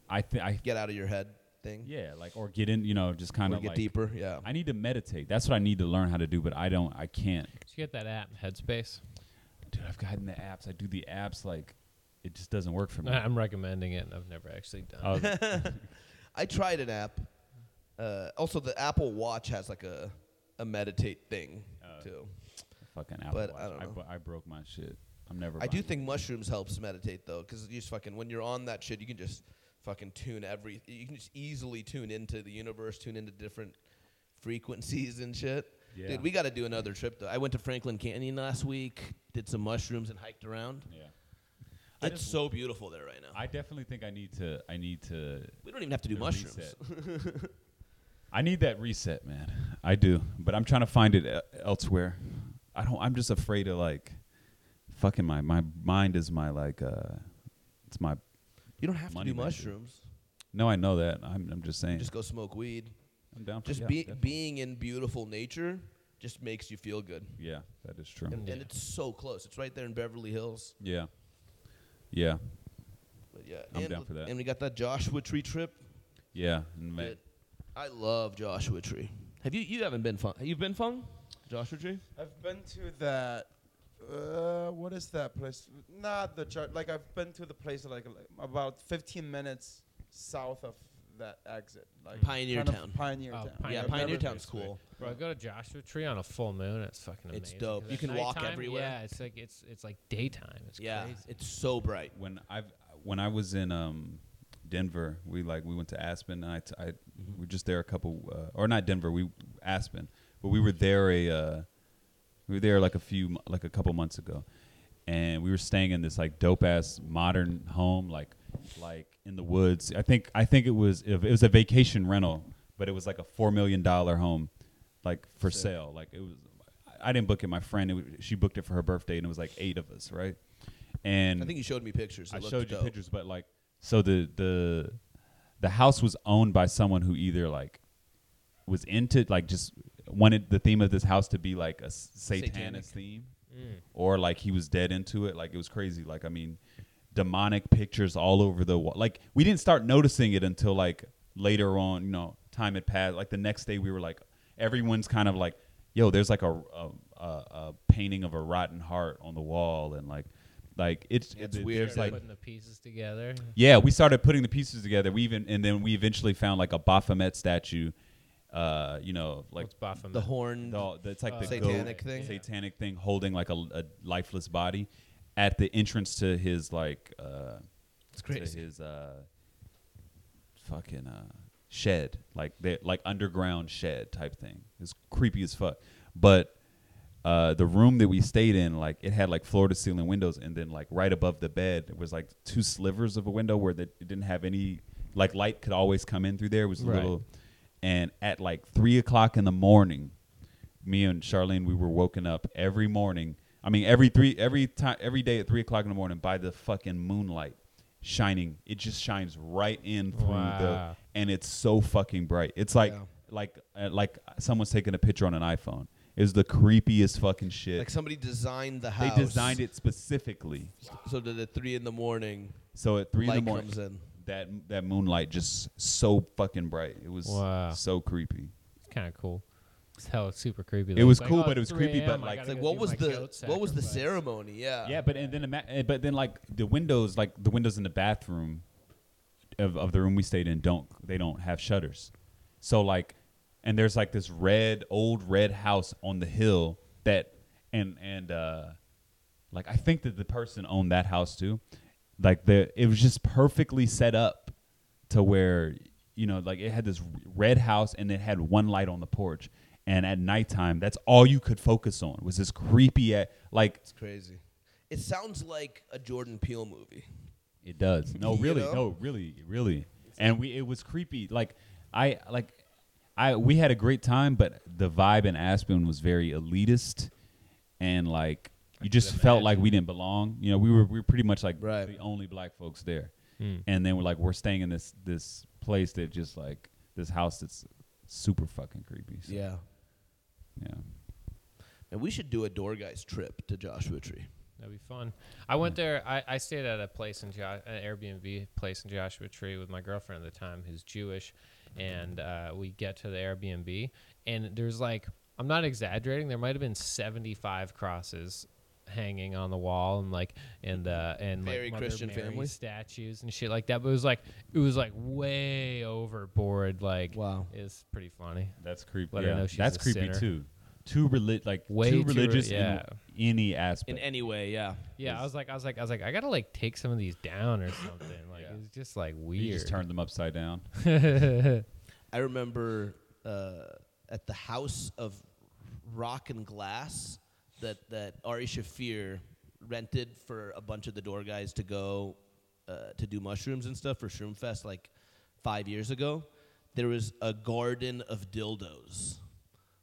C: I think I
A: Get out of your head thing.
C: yeah like or get in. You know, just kind
A: Or
C: of
A: get
C: like,
A: deeper. Yeah.
C: I need to meditate. That's what I need to learn how to do, but I don't. I can't.
B: Did you get that app, Headspace?
C: Dude, I've gotten the apps. I do the apps like it just doesn't work for me. Oh,
B: I'm recommending it, and I've never actually done.
C: I was-
A: I tried an app. Uh, also, the Apple Watch has like a a meditate thing
C: Oh,
A: too.
C: fucking Apple
A: But
C: Watch.
A: I don't know.
C: bu- I broke my shit. I'm never.
A: I do
C: buying it.
A: think mushrooms helps meditate though, because you just fucking when you're on that shit, you can just fucking tune every. You can just easily tune into the universe, tune into different frequencies and shit.
C: Yeah.
A: Dude, we got to do another trip though. I went to Franklin Canyon last week, did some mushrooms and hiked around.
C: Yeah.
A: It's so beautiful there right now.
C: I definitely think I need to. I need to.
A: we don't even have to do
C: to
A: mushrooms.
C: reset. I need that reset, man. I do, but I'm trying to find it e- elsewhere. I don't. I'm just afraid of like, fucking my my mind is my like. uh It's my.
A: You don't have
C: Money
A: to do
C: maker.
A: mushrooms.
C: No, I know that. I'm. I'm just saying.
A: Just go smoke weed.
C: I'm down. For,
A: Just
C: yeah,
A: be,
C: definitely.
A: being in beautiful nature just makes you feel good.
C: Yeah, that is true.
A: And, and it's so close. It's right there in Beverly Hills.
C: Yeah, yeah,
A: But yeah,
C: I'm
A: and,
C: down for that.
A: And we got that Joshua Tree trip.
C: yeah. And man,
A: Good. I love Joshua Tree. Have you? You haven't been fun. Have you been fun? Joshua Tree.
J: I've been to that. Uh, what is that place? Not the church. Like I've been to the place like, like about 15 minutes south of that exit. Like
A: Pioneer
J: kind of
A: Town.
J: Pioneer
B: Oh,
J: Town.
B: Pioneer
A: yeah,
J: I've
B: Town.
A: Pioneer
J: never-
A: Town's cool.
B: Bro, go to Joshua Tree on a full moon. It's fucking amazing.
A: It's dope.
B: 'Cause
A: You
B: at
A: can walk
B: nighttime,
A: everywhere.
B: Yeah, it's like it's it's like daytime. It's
A: yeah,
B: crazy.
A: it's so bright.
C: when I when I was in um, Denver, we like we went to Aspen, and I, t- I
A: Mm-hmm.
C: we were just there a couple, uh, or not Denver, we Aspen, but we were there a uh, we were there like a few mo- like a couple months ago, and we were staying in this like dope ass modern home, like like in the woods. I think I think it was it was a vacation rental, but it was like a four million dollar home, like for sale. Like it was, I I didn't book it. My friend, it was, she booked it for her birthday, and it was like eight of us, right? And
A: I think you showed me pictures. It
C: I
A: looked
C: showed you
A: dope.
C: pictures, but like, so the the the house was owned by someone who either like was into like just wanted the theme of this house to be like a s- satanic,
A: Satanic.
C: theme, or like he was dead into it. Like it was crazy. Like I mean, demonic pictures all over the wall. Like we didn't start noticing it until like later on. You know, time had passed. Like the next day, we were like, everyone's kind of like, yo, there's like a a, a, a painting of a rotten heart on the wall, and like. Like it's
A: It's
C: it-
A: weird,
C: there's,
A: like-
C: Like
B: putting the pieces together.
C: yeah, we started putting the pieces together. We even and then we eventually found like a Baphomet statue. Uh, you know, like
B: What's Baphomet?
A: The horn.
C: the, the- it's like the
A: Uh, Satanic
C: goat-
A: thing?
C: satanic thing, holding like a, a lifeless body at the entrance to his like uh,
A: It's crazy.
C: to his uh, fucking uh, shed, like they like underground shed type thing. It's creepy as fuck. But uh, the room that we stayed in, like it had like floor to ceiling windows, and then like right above the bed it was like two slivers of a window where that it didn't have any like light could always come in through there. It was a
B: Right.
C: little, and at like three o'clock in the morning, me and Charlene we were woken up every morning. I mean every three every time every day at three o'clock in the morning by the fucking moonlight shining. It just shines right in through
B: Wow.
C: the and it's so fucking bright. It's like
A: Yeah.
C: like uh, like someone's taking a picture on an iPhone. It's the creepiest fucking shit.
A: Like somebody designed the
C: they
A: house.
C: designed it specifically.
A: so that at three in the morning,
C: So at three in
A: light
C: the morning,
A: comes in.
C: that that moonlight just so fucking bright. It was
B: Wow.
C: so creepy.
B: It's kind of cool. It's hell, it's super creepy.
C: It was
B: It's
C: cool,
B: oh,
C: but it
B: it's
C: was creepy,
B: 3
C: but,
B: a.m., I
C: like-
B: gotta
A: It's like
B: go
A: what
B: do
A: was
B: my
A: the
B: goat
A: what was the
B: sacrifice.
A: ceremony? Yeah.
C: Yeah, but and then ima- uh, but then like the windows, like the windows in the bathroom of, of the room we stayed in, don't they don't have shutters, so like, and there's like this red old red house on the hill that and and uh, like I think that the person owned that house too, like the it was just perfectly set up to where you know like it had this red house and it had one light on the porch. And at nighttime, that's all you could focus on was this creepy, a- like
A: It's crazy. It sounds like a Jordan Peele movie.
C: It does. No,
A: You
C: really.
A: know?
C: No, really, really. And we it was creepy. Like I like I we had a great time, but the vibe in Aspen was very elitist and like you just felt like we didn't belong. You know, we were we were pretty much like
A: Right.
C: the only black folks there. And then we're like we're staying in this this place that just like this house that's super fucking creepy. So,
A: Yeah.
C: Yeah.
A: And we should do a door guy's trip to Joshua Tree.
B: That'd be fun. I went there. I, I stayed at a place in jo- an Airbnb place in Joshua Tree with my girlfriend at the time, who's Jewish, and uh, we get to the Airbnb, and there's like I'm not exaggerating. There might have been 75 crosses hanging on the wall, and like and uh, and
A: Very
B: like Mother
A: Christian
B: Mary
A: families.
B: statues and shit like that. But it was like it was like way overboard. Like
A: Wow.
B: it's pretty funny.
C: That's creepy.
B: Let her know she's
C: that's
B: a
C: creepy
B: sinner.
C: too. Too relig like
B: Way
C: too
B: too re-
C: religious
B: yeah.
C: in any aspect.
A: In any way, yeah.
B: Yeah, I was like, I was like, I was like, I gotta like take some of these down or something. Like it's just like weird.
C: you just turned them upside down.
A: I remember uh, at the House of Rock and Glass that, that Ari Shafir rented for a bunch of the door guys to go uh, to do mushrooms and stuff for Shroom Fest like five years ago. There was a garden of dildos.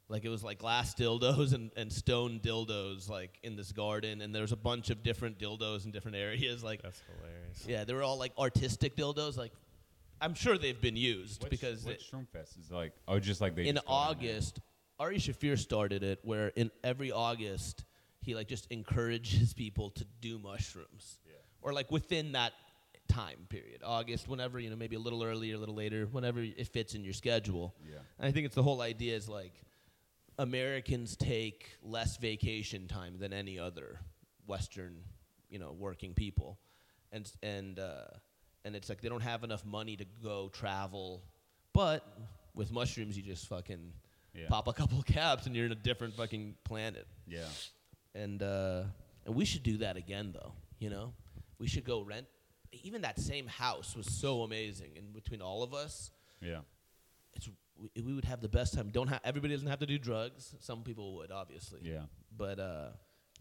A: Like it was like glass dildos and, and stone dildos like in this garden and there was a bunch of different dildos in different areas like
B: That's hilarious.
A: yeah they were all like artistic dildos like I'm sure they've been used because
C: what
A: it-
C: Shroom Fest is like oh just like they
A: in
C: just go down there.
A: August, Ari Shafir started it where in every August he like just encourages people to do mushrooms. Or like within that time period. August, whenever, you know, maybe a little earlier, a little later, whenever it fits in your schedule.
C: Yeah.
A: And I think it's the whole idea is like Americans take less vacation time than any other Western, you know, working people, and s- and uh, and it's like they don't have enough money to go travel, but with mushrooms you just fucking
C: Yeah.
A: pop a couple caps and you're in a different fucking planet,
C: Yeah.
A: and uh, and we should do that again though, you know, we should go rent. Even that same house was so amazing, and between all of us,
C: Yeah.
A: it's we, we would have the best time. Don't ha- everybody doesn't have to do drugs. Some people would, obviously.
C: Yeah.
A: But uh,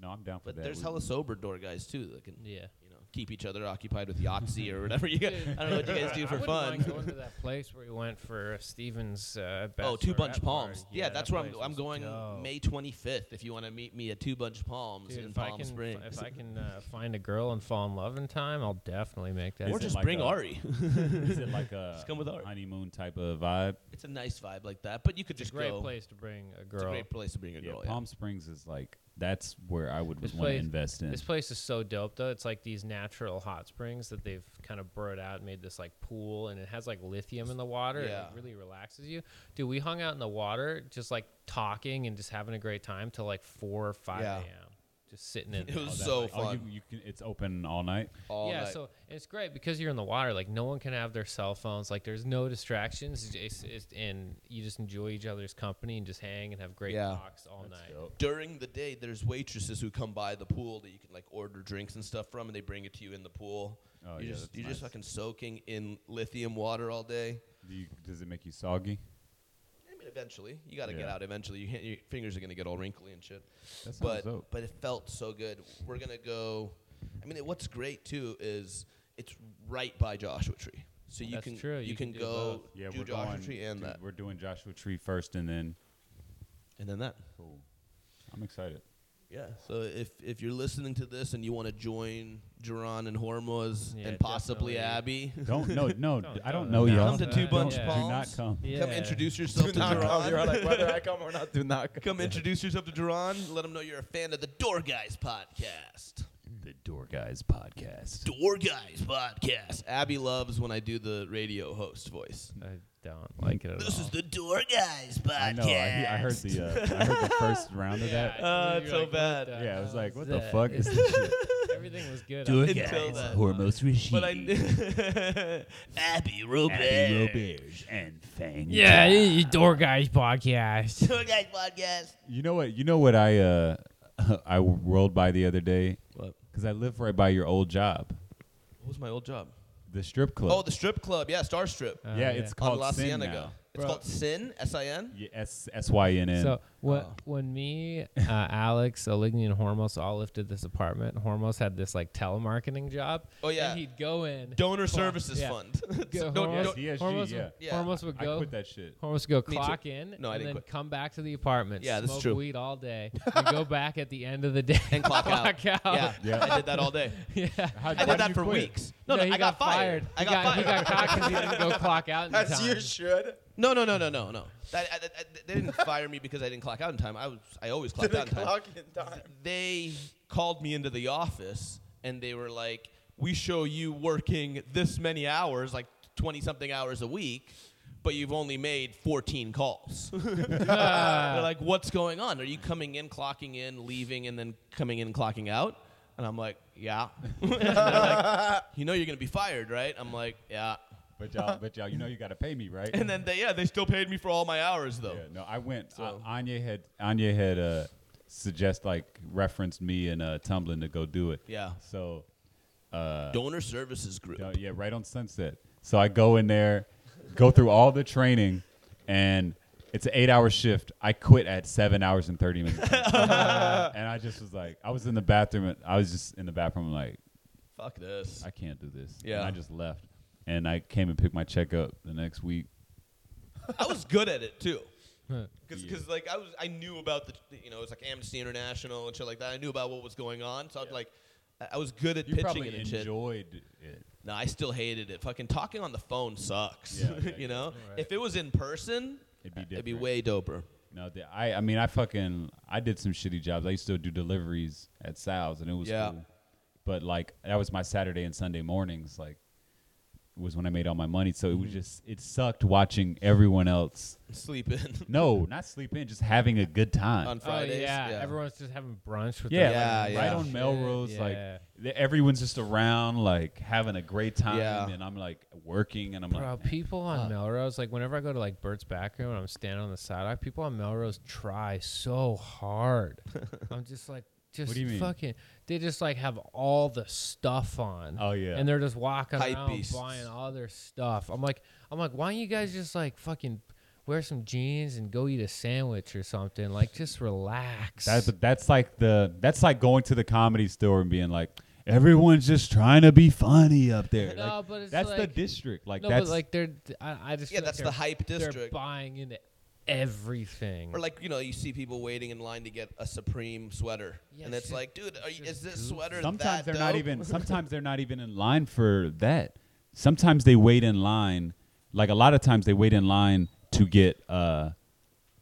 C: No, I'm down for
A: but
C: that.
A: there's
C: We-
A: hella sober door guys too that can
B: Yeah.
A: you know keep each other occupied with Yahtzee or whatever you guys. I don't know what you guys do
B: I
A: for
B: wouldn't
A: fun.
B: mind going to that place where we went for Steven's. Uh,
A: Oh, Two Bunch
B: bachelorette
A: Palms.
B: party.
A: Yeah,
B: that
A: that's where I'm.
B: place
A: I'm
B: was
A: going
B: dope.
A: May 25th. If you want to meet me at Two Bunch Palms
B: Dude,
A: in
B: if I
A: Palm
B: can,
A: Springs,
B: if I can uh, find a girl and fall in love in time, I'll definitely make that.
A: or
C: Is it
A: just
C: like
A: bring
C: a-
A: Ari.
C: Is it like a
A: Just come with art.
C: honeymoon type of vibe?
A: it's a nice vibe like that. But you could
B: it's a
A: just
B: great
A: go.
B: place to bring a girl.
A: It's a great place to bring a
C: Yeah,
A: girl.
C: Palm Springs is like that's where I would
B: This
C: want to
B: place-
C: invest in.
B: This place is so dope though. It's like these natural hot springs that they've kind of burrowed out and made this like pool and it has like lithium in the water. and It
A: Yeah.
B: like, really relaxes you. Dude, we hung out in the water just like talking and just having a great time till like four or five
A: Yeah.
B: AM. Just sitting in
A: It
B: there.
A: was
C: That,
A: so
C: like, oh,
A: fun.
C: you, you can, it's open all night.
A: All
B: yeah,
A: night.
B: so it's great because you're in the water. Like no one can have their cell phones. Like there's no distractions, it's, it's, and you just enjoy each other's company and just hang and have great
A: Yeah.
B: talks all night.
A: during the day there's waitresses who come by the pool that you can like order drinks and stuff from and they bring it to you in the pool
C: Oh,
A: you
C: yeah,
A: just
C: that's
A: you're just
C: nice.
A: fucking soaking in lithium water all day
C: Do you, does it make you soggy?
A: i mean eventually you got to get
C: Yeah.
A: out eventually you can't, your fingers are going to get all wrinkly and shit
C: That sounds
A: but
C: dope.
A: but it felt so good we're going to go i mean it, what's great too is it's right by joshua tree so you
B: That's
A: can
B: true,
A: you,
B: you
A: can,
B: can do
A: go
B: both.
C: Yeah,
A: do
C: we're
A: joshua
C: going,
A: tree and
C: dude,
A: that
C: We're doing Joshua Tree first, and then
A: and then that
C: cool. I'm excited.
A: Yeah. So if if you're listening to this and you want to join Duran and Hormoz
B: Yeah,
A: and possibly
B: definitely.
A: Abby,
C: Don't no no.
B: Don't
C: I don't
B: do
C: know
B: that.
C: y'all.
A: come to Two
B: Don't-
A: Bunch
B: yeah.
A: Palms.
C: Do not come.
A: Come introduce yourself to
J: Knock off. You're
A: Duran.
J: like, whether I come or not, do not come.
A: Come introduce yourself to Duran. Let him know you're a fan of the Door Guys podcast.
C: The Door Guys podcast.
A: Door Guys podcast. Abby loves when I do the radio host voice.
B: I don't like it at
A: This
B: all.
A: is the Door Guys podcast.
C: I know. I, he- I heard the uh, I heard the first round of
B: I
C: that.
A: Uh,
B: knew you
A: it's
B: were
A: so
B: like, what
A: bad.
B: the
C: Yeah, I was
B: hell
C: like, what the
B: that?
C: fuck is this shit?
B: Everything was good.
A: Door
B: I was
A: Guys.
B: like,
A: Until that.
C: Hormos Rashid.
A: But I Abby Robert.
C: and Fang.
B: Yeah, you door guys podcast.
A: Door Guys podcast.
C: You know what? You know what I uh I rolled by the other day
A: What?
C: because I live right by your old job,
A: What was my old job?
C: the strip club.
A: Oh, the strip club. Yeah, Star Strip.
B: Uh, yeah.
C: yeah, it's
A: on
C: called
A: La
C: Sin
A: Cienega.
C: now.
A: It's called Sin, S I N.
C: Yeah, S S Y N N.
B: So what,
A: Oh.
B: when me, uh, Alex, Oligny, and Hormos all lifted this apartment, Hormos had this like telemarketing job.
A: Oh, yeah.
B: and he'd go in
A: Donor
B: Fuck,
A: Services
B: yeah.
A: Fund.
B: Go,
A: Don't-
B: Hormos,
A: don't-
C: Yes, DSG,
B: Hormos
C: yeah.
B: Would,
A: Yeah.
B: Hormos would
C: I
B: go.
C: quit that shit.
A: Me
B: Hormos would go
A: too.
B: clock in,
A: No, I
B: and
A: didn't
B: then
A: quit.
B: come back to the apartment.
A: Yeah, that's
B: smoke
A: true.
B: Weed all day, and go back at the end of the day
A: And clock out. Yeah,
C: Yeah.
A: I did that all day.
B: yeah.
C: How,
A: I did that for weeks. No, no,
B: he
A: I got, fired. I
B: He
A: got,
B: He
A: fired.
B: got caught because he didn't go clock out in
J: As
B: time.
J: you should.
A: no, no, no, no, no, no. That, I, I, I- they didn't fire me because I didn't clock out in time. I was, I always
J: To
A: clocked
J: the
A: out in time.
J: clock in time.
A: They called me into the office and they were like, "We show you working this many hours, like twenty something hours a week." But you've only made 14 calls. They're like, what's going on? Are you coming in, clocking in, leaving, and then coming in, clocking out? And I'm like, yeah. And they're like, you know you're going to be fired, right? I'm like, yeah.
C: But y'all, but y'all, you know you gotta pay me, right?
A: And then they, yeah, they still paid me for all my hours, though.
C: yeah, no, I went.
A: So-
C: Uh, Anya had Anya had uh suggest like referenced me and uh Tumbling to go do it.
A: Yeah.
C: So
A: Donor Services Group.
C: No, yeah, right on Sunset. So I go in there, go through all the training, and it's an eight-hour shift. I quit at seven hours and thirty minutes, and I just was like, I was in the bathroom. and I was just in the bathroom, like,
A: Fuck this.
C: I can't do this.
A: Yeah.
C: and I just left, and I came and picked my check up the next week.
A: I was good at it, too.
B: Huh.
A: Because, like, I was, I knew about the, you know, it was like Amnesty International and shit like that. I knew about what was going on. So I'd like, I- I was good at
C: You
A: pitching
C: probably
A: it and shit.
C: enjoyed it.
A: No, I still hated it. Fucking talking on the phone sucks.
C: Yeah, yeah,
A: you know,
B: Right.
A: if it was in person,
C: It'd be
A: it'd be
C: different.
A: way doper.
C: No, the, I I mean I fucking I did some shitty jobs. I used to do deliveries at Sal's and it was
A: Yeah.
C: cool. But like that was my Saturday and Sunday mornings like was when I made all my money. So it
A: Mm-hmm.
C: was just it sucked watching everyone else.
A: Sleep in
C: No, not sleep in, just having a good time.
A: on
B: Oh
A: Fridays.
B: yeah. everyone's just having brunch with
C: yeah,
B: their
A: Yeah,
C: like,
A: yeah.
C: right on
B: Shit,
C: Melrose, like
B: yeah.
C: th- everyone's just around, like having a great time,
A: Yeah.
C: and I'm like working, and I'm
B: Bro,
C: like,
B: people on Melrose, like whenever I go to like Bert's back room and I'm standing on the sidewalk, people on Melrose try so hard. I'm just like, just
C: do you mean?
B: fucking. They just like have all the stuff on.
C: Oh, yeah.
B: and they're just walking
A: Hype
B: around
A: beasts.
B: buying all their stuff. I'm like, I'm like, why don't you guys just like fucking wear some jeans and go eat a sandwich or something? Like, just relax.
C: That, but that's like the that's like going to the comedy store and being like, everyone's just trying to be funny up there.
B: No,
C: Like,
B: but it's
C: that's the
B: like-
C: district. Like
B: no,
C: that's
B: but like they're. I, I just
A: Yeah,
B: feel like
A: that's the
B: they're-
A: hype
B: They're
A: district.
B: buying into everything.
A: Or like you know, you see people waiting in line to get a Supreme sweater,
B: Yeah,
A: and it's
B: shit.
A: like, dude, are you, is this sweater
C: sometimes
A: that
C: they're not
A: dope?
C: even sometimes they're not even in line for that. Sometimes they wait in line, like a lot of times they wait in line to get uh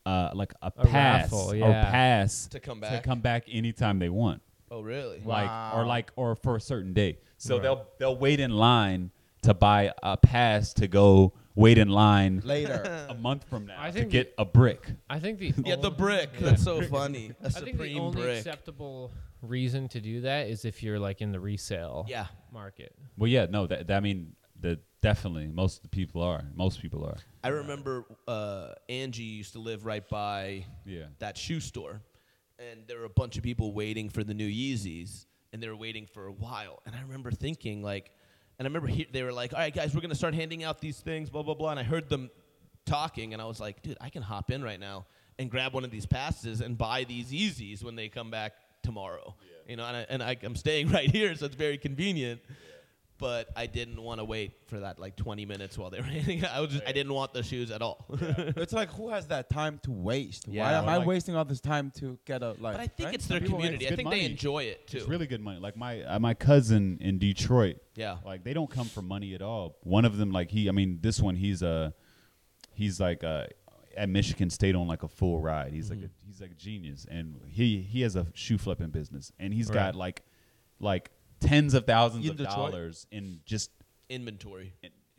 C: uh like a, pass
B: raffle,
C: or
B: yeah.
C: pass
A: To come
C: to
A: back.
C: come back anytime they want.
A: Oh really?
C: like or
J: Wow.
C: like or for a certain day. So they'll they'll wait in line to buy a pass to go wait in line
J: Later.
C: a month from now
B: I
C: to
B: think
C: get a brick.
B: I think the
A: Yeah, the
B: only-
A: brick. That's so funny. A
B: I think the
A: Supreme
B: only
A: brick.
B: acceptable reason to do that is if you're like in the resale
A: Yeah.
B: market.
C: Well, yeah, no, that, that I mean, the definitely most of the people are. Most people are.
A: I remember uh, Angie used to live right by
C: Yeah.
A: that shoe store, and there were a bunch of people waiting for the new Yeezys, and they were waiting for a while. And I remember thinking like, and I remember he- they were like, "All right, guys, we're gonna start handing out these things, blah blah blah." And I heard them talking, and I was like, "Dude, I can hop in right now and grab one of these passes and buy these Yeezys when they come back tomorrow." You know, and, I, and I, I'm staying right here, so it's very convenient but I didn't want to wait for that like 20 minutes while they were handing. I was just, I didn't want the shoes at all.
J: it's like who has that time to waste? Why
A: Yeah.
J: am
C: Well,
J: I
C: like-
J: wasting all this time to get a like?
A: but I think
J: right?
A: it's their
C: people make
A: community. I
C: good
A: think
C: money.
A: they enjoy it too.
C: It's really good money. Like my uh, my cousin in Detroit.
A: Yeah.
C: Like they don't come for money at all. One of them, like he, I mean, this one, he's uh, he's like uh, at Michigan State on like a full ride. He's
A: Mm-hmm.
C: like a, he's like a genius, and he he has a shoe flipping business, and he's got like like tens of thousands
J: In
C: of
J: Detroit?
C: dollars in just
A: Inventory.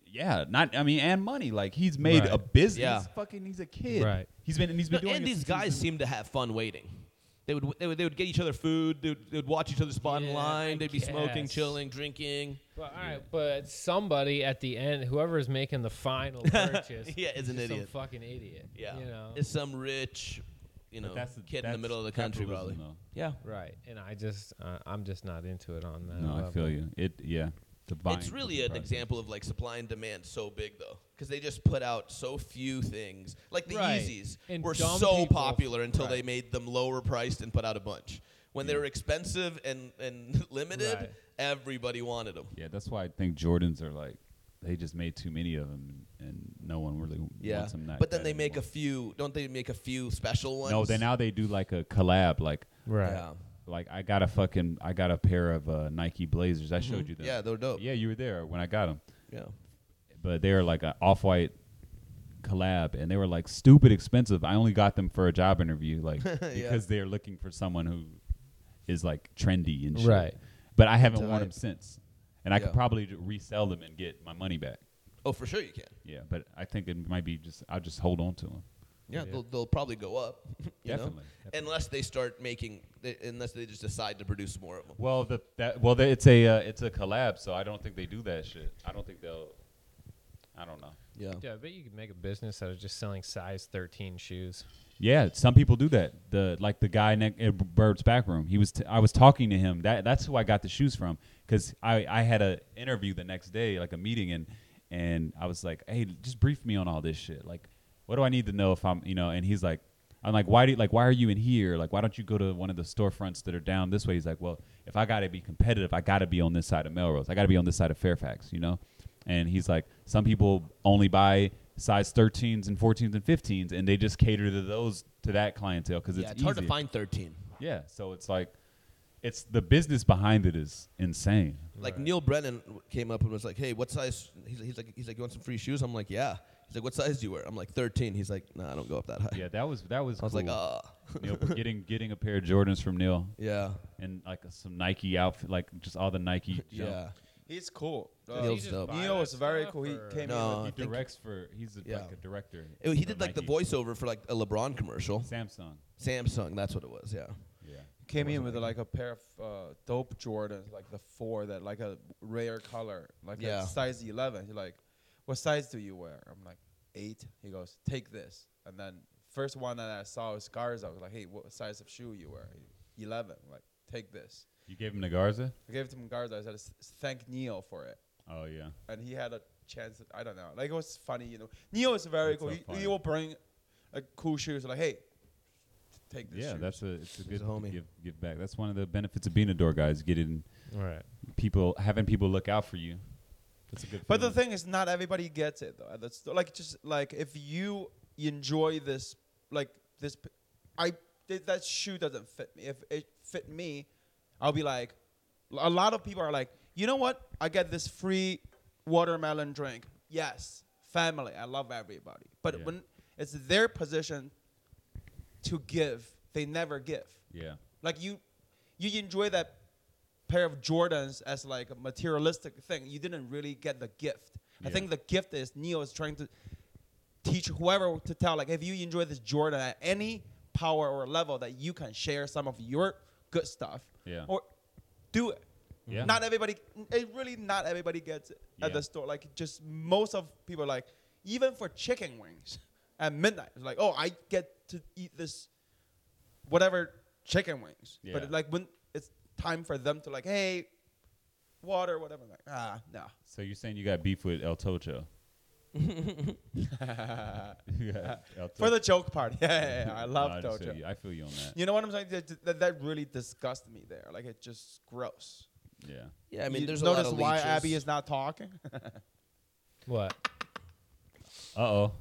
C: yeah, not I mean, and money. Like he's made
B: Right.
C: a business.
A: Yeah.
C: Fucking, he's a kid.
B: Right.
C: He's been and he's been doing
A: and
C: it
A: these
C: since
A: guys
C: he's been-
A: seem to have fun waiting. They would, they would they would get each other food. They would, they would watch each other spot
B: Yeah,
A: in line.
B: I
A: They'd be smoking,
B: guess.
A: chilling, drinking.
B: Well, all right, but somebody at the end, whoever's making the final purchase,
A: Yeah, is an
B: just
A: idiot.
B: Some fucking idiot.
A: Yeah,
B: you know,
A: it's some rich, you know,
C: But that's the-
A: kid in the
C: that's
A: middle of the country probably.
C: capitalism, though.
A: Yeah,
B: right. And I just, uh, I'm just not into it on that.
C: No, I
B: level.
C: feel you. It yeah. The buying
A: it's really an
C: process.
A: example of like supply and demand so big though because they just put out so few things like the
B: Right.
A: yeezys
B: And
A: were
B: dumb
A: so
B: people-
A: popular until they
B: right.
A: made them lower priced and put out a bunch when they were expensive and, and limited
B: Right.
A: everybody wanted them
C: Yeah, that's why I think Jordans are like they just made too many of them, and, and no one really
A: yeah
C: wants them. That
A: but then
C: bad
A: they make a
C: anymore.
A: few don't they make a few special ones
C: no. Then now they do like a collab, like
B: Right.
A: yeah
C: like I got a fucking I got a pair of uh, Nike Blazers. I showed you
A: Mm-hmm.
C: them.
A: yeah they're dope yeah,
C: yeah, you were there when I got them, but they were like an off white collab, and they were like stupid expensive. I only got them for a job interview, like because they're looking for someone who is like trendy and shit.
B: Right.
C: But I haven't worn
A: Tight.
C: them since, and I could
A: Yeah.
C: probably j- resell them and get my money back.
A: oh for sure you can
C: Yeah, but I think it might be just I'll just hold on to them.
A: yeah, They'll, they'll probably go up you know?
C: Definitely, definitely.
A: unless they start making they, unless they just decide to produce more of them
C: Well, the that well the, it's a uh, it's a collab, so I don't think they do that shit. I don't think they'll. I don't know.
A: yeah
B: Yeah, I bet you could make a business out of just selling size 13 shoes.
C: Yeah, some people do that. The like the guy neck at Bird's back room. He was t- I was talking to him. That that's who I got the shoes from because I I had a interview the next day, like a meeting, and and I was like, hey, just brief me on all this shit. Like, what do I need to know if I'm you know? And he's like, I'm like, why do you, like why are you in here? Like, why don't you go to one of the storefronts that are down this way? He's like, well, if I gotta be competitive, I gotta be on this side of Melrose. I gotta be on this side of Fairfax. You know and he's like some people only buy size 13s and 14s and 15s and they just cater to those to that clientele because
A: yeah,
C: it's,
A: it's hard to
C: easier.
A: find 13
C: yeah so it's like it's the business behind it is insane.
A: Like Neil Brennan w- came up and was like, "Hey, what size?" He's, he's like, "He's like, you want some free shoes?" I'm like, "Yeah." He's like, "What size do you wear?" I'm like, "13." He's like, "Nah, I don't go up that high."
C: Yeah, that was that was.
A: I was like,
C: cool.
A: "Ah,
C: Neil, getting getting a pair of Jordans from Neil
A: yeah,
C: and like some Nike outfit, like just all the Nike. junk.
A: yeah." uh,
J: He's cool. Uh,
A: Neil's
B: just
A: dope.
B: buy
J: Neil
B: that
J: was very
B: stuff,
J: cool. He
B: or-
J: came
A: No.
J: in.
A: I
C: He
A: think-
C: directs for he's a,
A: Yeah.
C: like a director.
A: It- he
C: for
A: did like the
C: Nike.
A: voiceover for like a LeBron commercial.
C: Samsung.
A: Samsung, that's what it was. Yeah.
C: Yeah.
J: With, came in with like a pair of uh, dope Jordans, like the four that like a rare color, like
A: Yeah.
J: a size eleven. He's like, "What size do you wear?" I'm like, eight. He goes, "Take this." And then first one that I saw was Garza. I was like, "Hey, what size of shoe you wear?" He, Eleven. I'm like, take this.
C: You gave him the Garza.
J: I gave it to him Garza. I said, "S- "Thank Neil for it."
C: Oh yeah.
J: and he had a chance. I don't know. Like it was funny, you know. Neo is very
C: That's
J: cool.
C: so
J: He,
C: funny.
J: he will bring like cool shoes. Like, hey, take this.
C: Yeah,
J: shoes.
C: that's a it's a good
A: a homie.
C: give give back. That's one of the benefits of being a door guy is getting
B: All right.
C: people having people look out for you. That's a good.
J: But the
C: feeling.
J: thing is, not everybody gets it though. That's like just like if you enjoy this, like this, p- I th- that shoe doesn't fit me. If it fit me, I'll be like, a lot of people are like, you know what? I get this free watermelon drink. Yes, family. I love everybody. But
C: Yeah.
J: when it's their position to give, they never give.
C: Yeah.
J: Like you, you enjoy that pair of Jordans as like a materialistic thing. You didn't really get the gift. I
C: Yeah.
J: think the gift is Neo is trying to teach whoever to tell like if you enjoy this Jordan at any power or level that you can share some of your good stuff.
C: Yeah.
J: Or do it.
C: Yeah.
J: Not everybody. It really not everybody gets it at
C: Yeah.
J: the store. Like just most of people like even for chicken wings at midnight. It's like oh I get to eat this whatever chicken wings.
C: Yeah.
J: But like when it's time for them to like, hey, water, whatever. Like, ah, no.
C: So you're saying you got beef with El Tocho? yeah. El
J: For the
C: Tocho.
J: joke part. Yeah, yeah, yeah. I
C: No,
J: love
C: just feel
J: Dojo.
C: you. I feel you on that.
J: You know what I'm saying? That, that, that really disgusts me there. Like it just gross.
C: Yeah.
A: Yeah, I mean,
J: You
A: there's
J: notice
A: a lot of
J: why
A: leeches.
J: Abby is not talking.
B: What?
C: Uh oh.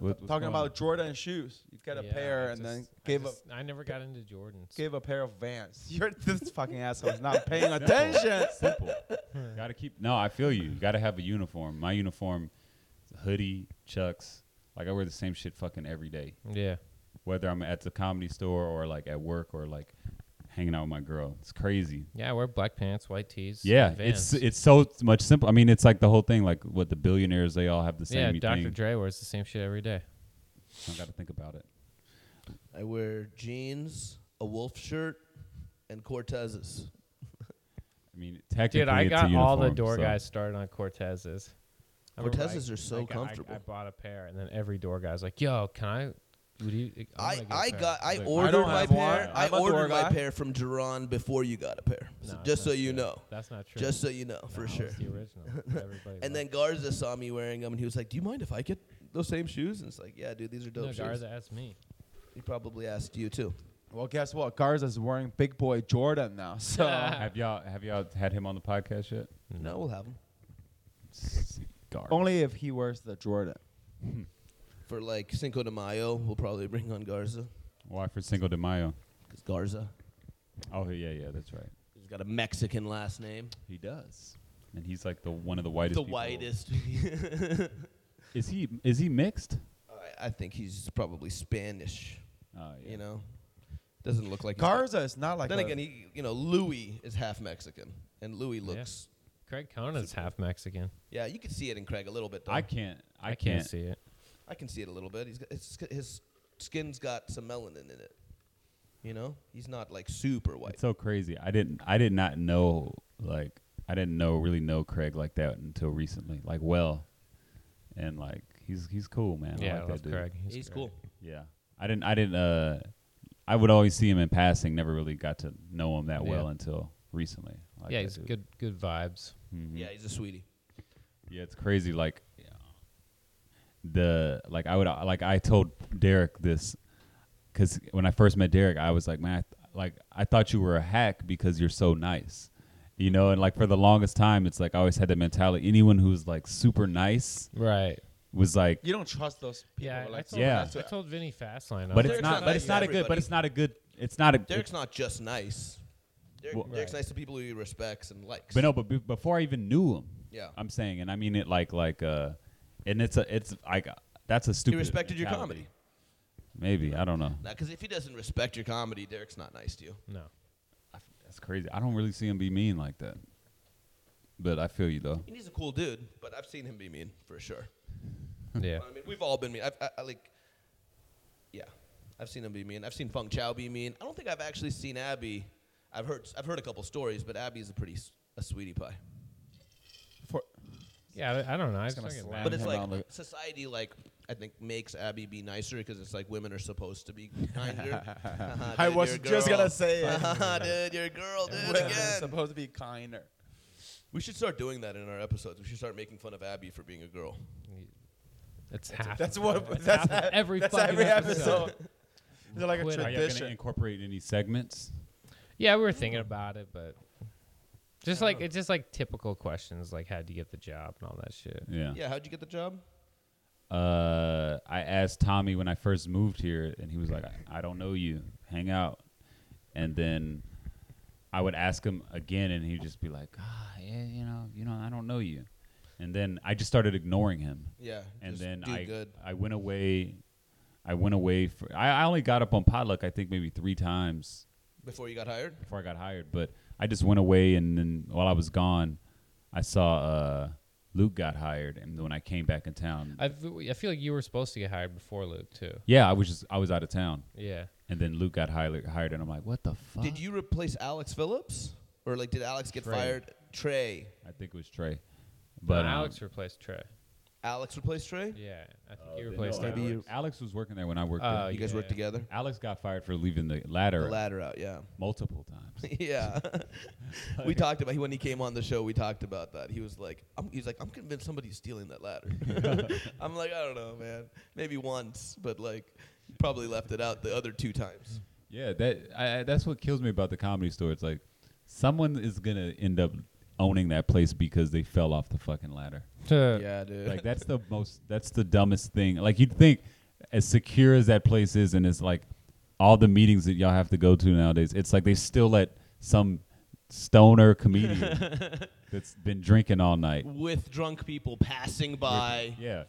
C: What-
J: t-
C: what's
J: talking
C: going on?
J: about Jordan shoes. You've got a
B: Yeah,
J: pair
B: I
J: and then
B: just- I
J: gave a
B: just- I never got into Jordans.
J: gave a pair of Vans. You're this fucking asshole is not paying attention.
C: Simple. gotta keep. No, I feel you. You gotta have a uniform. My uniform, is a hoodie, chucks. Like I wear the same shit fucking every day.
B: Yeah.
C: Whether I'm at the comedy store or like at work or like hanging out with my girl. It's crazy.
B: Yeah, I wear black pants, white tees.
C: Yeah,
B: and
C: it's
B: Vans.
C: it's so much simple. I mean, it's like the whole thing. Like what the billionaires, they all have the
B: yeah.
C: same
B: Dr.
C: thing.
B: Dre wears the same shit every day.
C: I gotta think about it.
A: I wear jeans, a wolf shirt, and Cortezes.
C: I mean, technically,
B: Dude, I
C: it's a
B: got all the
C: uniform,
B: door
C: so-
B: guys started on Cortezes. I remember
A: Cortezes
B: I-
A: are so
B: I got- I-
A: comfortable.
B: I, bought a pair, and then every door guy's like, "Yo, can I?" Would you?
J: Oh
B: I,
A: I,
B: wanna get a
A: I
B: pair."
A: got I
C: Like, I
A: ordered
J: don't
A: my
J: have one.
A: pair. I
J: I'm a door
A: ordered my
J: guy.
A: pair from Duran before you got a pair. So
B: No,
A: just
B: that's
A: so
B: not
A: you
B: true.
A: know.
B: That's not true.
A: Just so you know,
B: No,
A: for
B: it's
A: sure.
B: The original. Everybody
A: And then
B: loved
A: Garza saw me wearing them, and he was like, "Do you mind if I get those same shoes?" And it's like, "Yeah, dude, these are
B: it.
A: dope
B: no,
A: shoes."
B: Garza asked me.
A: He probably asked you too.
J: Well, guess what? Garza's wearing big boy Jordan now. So
C: Have y'all have y'all had him on the podcast yet?
A: No, we'll have them
C: Garbage.
J: only if he wears the Jordan.
A: for like Cinco de Mayo. We'll probably bring on Garza
C: Why for Cinco de Mayo?
A: because Garza,
C: Oh yeah, yeah, that's right.
A: he's got a Mexican last name.
C: He does, and he's like the one of the whitest.
A: the
C: people.
A: whitest.
C: Is he is he mixed?
A: I, I think he's probably Spanish.
C: Oh, yeah.
A: You know, doesn't look like he's-
J: Garza is not like
A: Then
J: a-
A: again, he, you know, Louis is half Mexican, and Louis
B: Yeah.
A: looks.
B: Craig Conan's half Mexican.
A: Yeah, you can see it in Craig a little bit. Though.
C: I can't. I,
B: I
C: can't.
B: can't see it.
A: I can see it a little bit. He's got, it's, his skin's got some melanin in it. You know, he's not like super white.
C: It's so crazy. I didn't. I did not know. Like I didn't know really know Craig like that until recently. Like well, and like he's he's cool, man. I
B: yeah,
C: like
B: I
C: that
B: love
C: dude.
B: Craig.
A: he's
B: great.
A: cool.
C: Yeah, I didn't. I didn't. Uh, I would always see him in passing. Never really got to know him that
B: Yeah.
C: well until recently. I like
B: yeah,
C: that
B: he's
C: dude. Mm-hmm.
B: good. Good vibes.
A: Yeah, he's a sweetie.
C: Yeah, it's crazy. Like the like I would like I told Derek this because when I first met Derek, I was like, man, I th- like I thought you were a hack because you're so nice, you know. And like for the longest time, it's like I always had that mentality. Anyone who's like super nice
B: Right.
C: was like,
J: you don't trust those people.
B: Yeah. I
J: like,
B: told,
C: Yeah.
B: I told Vinny Fastline. I was
C: but it's
A: Derek's
B: like,
A: not
C: not. But
A: nice
C: it's
A: to
C: not a good. But
A: everybody.
C: it's not a good. It's not a.
A: Derek's not just nice. Derek,
C: Well-
A: Derek's
B: Right.
A: nice to people who he respects and likes.
C: But no, but be- before I even knew him,
A: Yeah.
C: I'm saying, and I mean it like like uh, and it's a it's like uh, that's a stupid.
A: he respected your
C: mentality.
A: comedy.
C: Maybe I don't know.
A: Because if he doesn't respect your comedy, Derek's not nice to you.
B: No.
C: That's crazy. I don't really see him be mean like that. But I feel you though.
A: And he's a cool dude, but I've seen him be mean for sure.
B: Yeah.
A: I mean, we've all been mean. I've, I, I like, yeah, I've seen him be mean. I've seen Feng Chao be mean. I don't think I've actually seen Abby. I've heard I've heard a couple stories, but Abby's a pretty s- a sweetie pie.
B: Yeah, I, I don't know. I just
K: gonna
B: fucking
K: slap
A: But
B: laugh.
A: it's
K: him
A: like
K: on the-
A: society, like I think, makes Abby be nicer because it's like women are supposed to be kinder. Uh-huh,
K: I
A: Dude,
K: was
A: you're a
K: just
A: girl. Uh-huh,
K: gonna say it.
A: dude, you're a girl, dude.
K: Women are
A: Again,
K: supposed to be kinder.
A: we should start doing that in our episodes. We should start making fun of Abby for being a girl.
B: It's half.
K: That's
B: of
K: what.
B: it. It's
K: That's
B: half of every
K: that's
B: fucking
K: every
B: episode.
K: episode. They're like a
B: Quit. Are
C: Are you going
K: tradition.
C: to incorporate any segments?
B: Yeah, we were thinking about it, but just
K: Oh.
B: like it's just like typical questions, like how'd you get the job and all that shit.
C: Yeah.
A: Yeah, how'd you get the job?
C: Uh, I asked Tommy when I first moved here, and he was like, I, "I don't know you. Hang out." And then I would ask him again, and he'd just be like, "Ah, yeah, you know, you know, I don't know you." And then I just started ignoring him.
A: Yeah,
C: and
A: just
C: then
A: do
C: I
A: good.
C: I went away. I went away for I, I only got up on potluck I think maybe three times
A: before you got hired.
C: before I got hired, but I just went away and then while I was gone, I saw uh, Luke got hired, and when I came back in town,
B: I f- I feel like you were supposed to get hired before Luke too.
C: yeah, I was just I was out of town,
B: Yeah.
C: and then Luke got hired, hired, and I'm like, what the fuck?
A: Did you replace Alex Phillips, or like did Alex get
C: Trey.
A: fired? Trey.
C: I think it was Trey,
B: But
C: but um,
B: Alex replaced Trey.
A: Alex replaced Trey.
B: Yeah, I think
K: Oh,
C: um,
B: he replaced
C: no,
B: Alex.
C: Alex. Alex was working there when I worked.
B: Oh,
C: there.
A: You guys
B: yeah.
A: worked together.
C: Alex got fired for leaving the ladder,
A: The ladder out, yeah.
C: multiple times.
A: yeah, we talked about when he came on the show. We talked about that. He was like, I'm, he's like, I'm convinced somebody's stealing that ladder. I'm like, I don't know, man. Maybe once, but like, you probably left it out the other two times.
C: Yeah, that I, I- that's what kills me about the comedy store. It's like someone is gonna end up owning that place because they fell off the fucking ladder.
A: yeah, dude.
C: Like that's the most that's the dumbest thing. Like you'd think as secure as that place is and it's like all the meetings that y'all have to go to nowadays, it's like they still let some stoner comedian that's been drinking all night.
A: With drunk people passing by.
C: Yeah.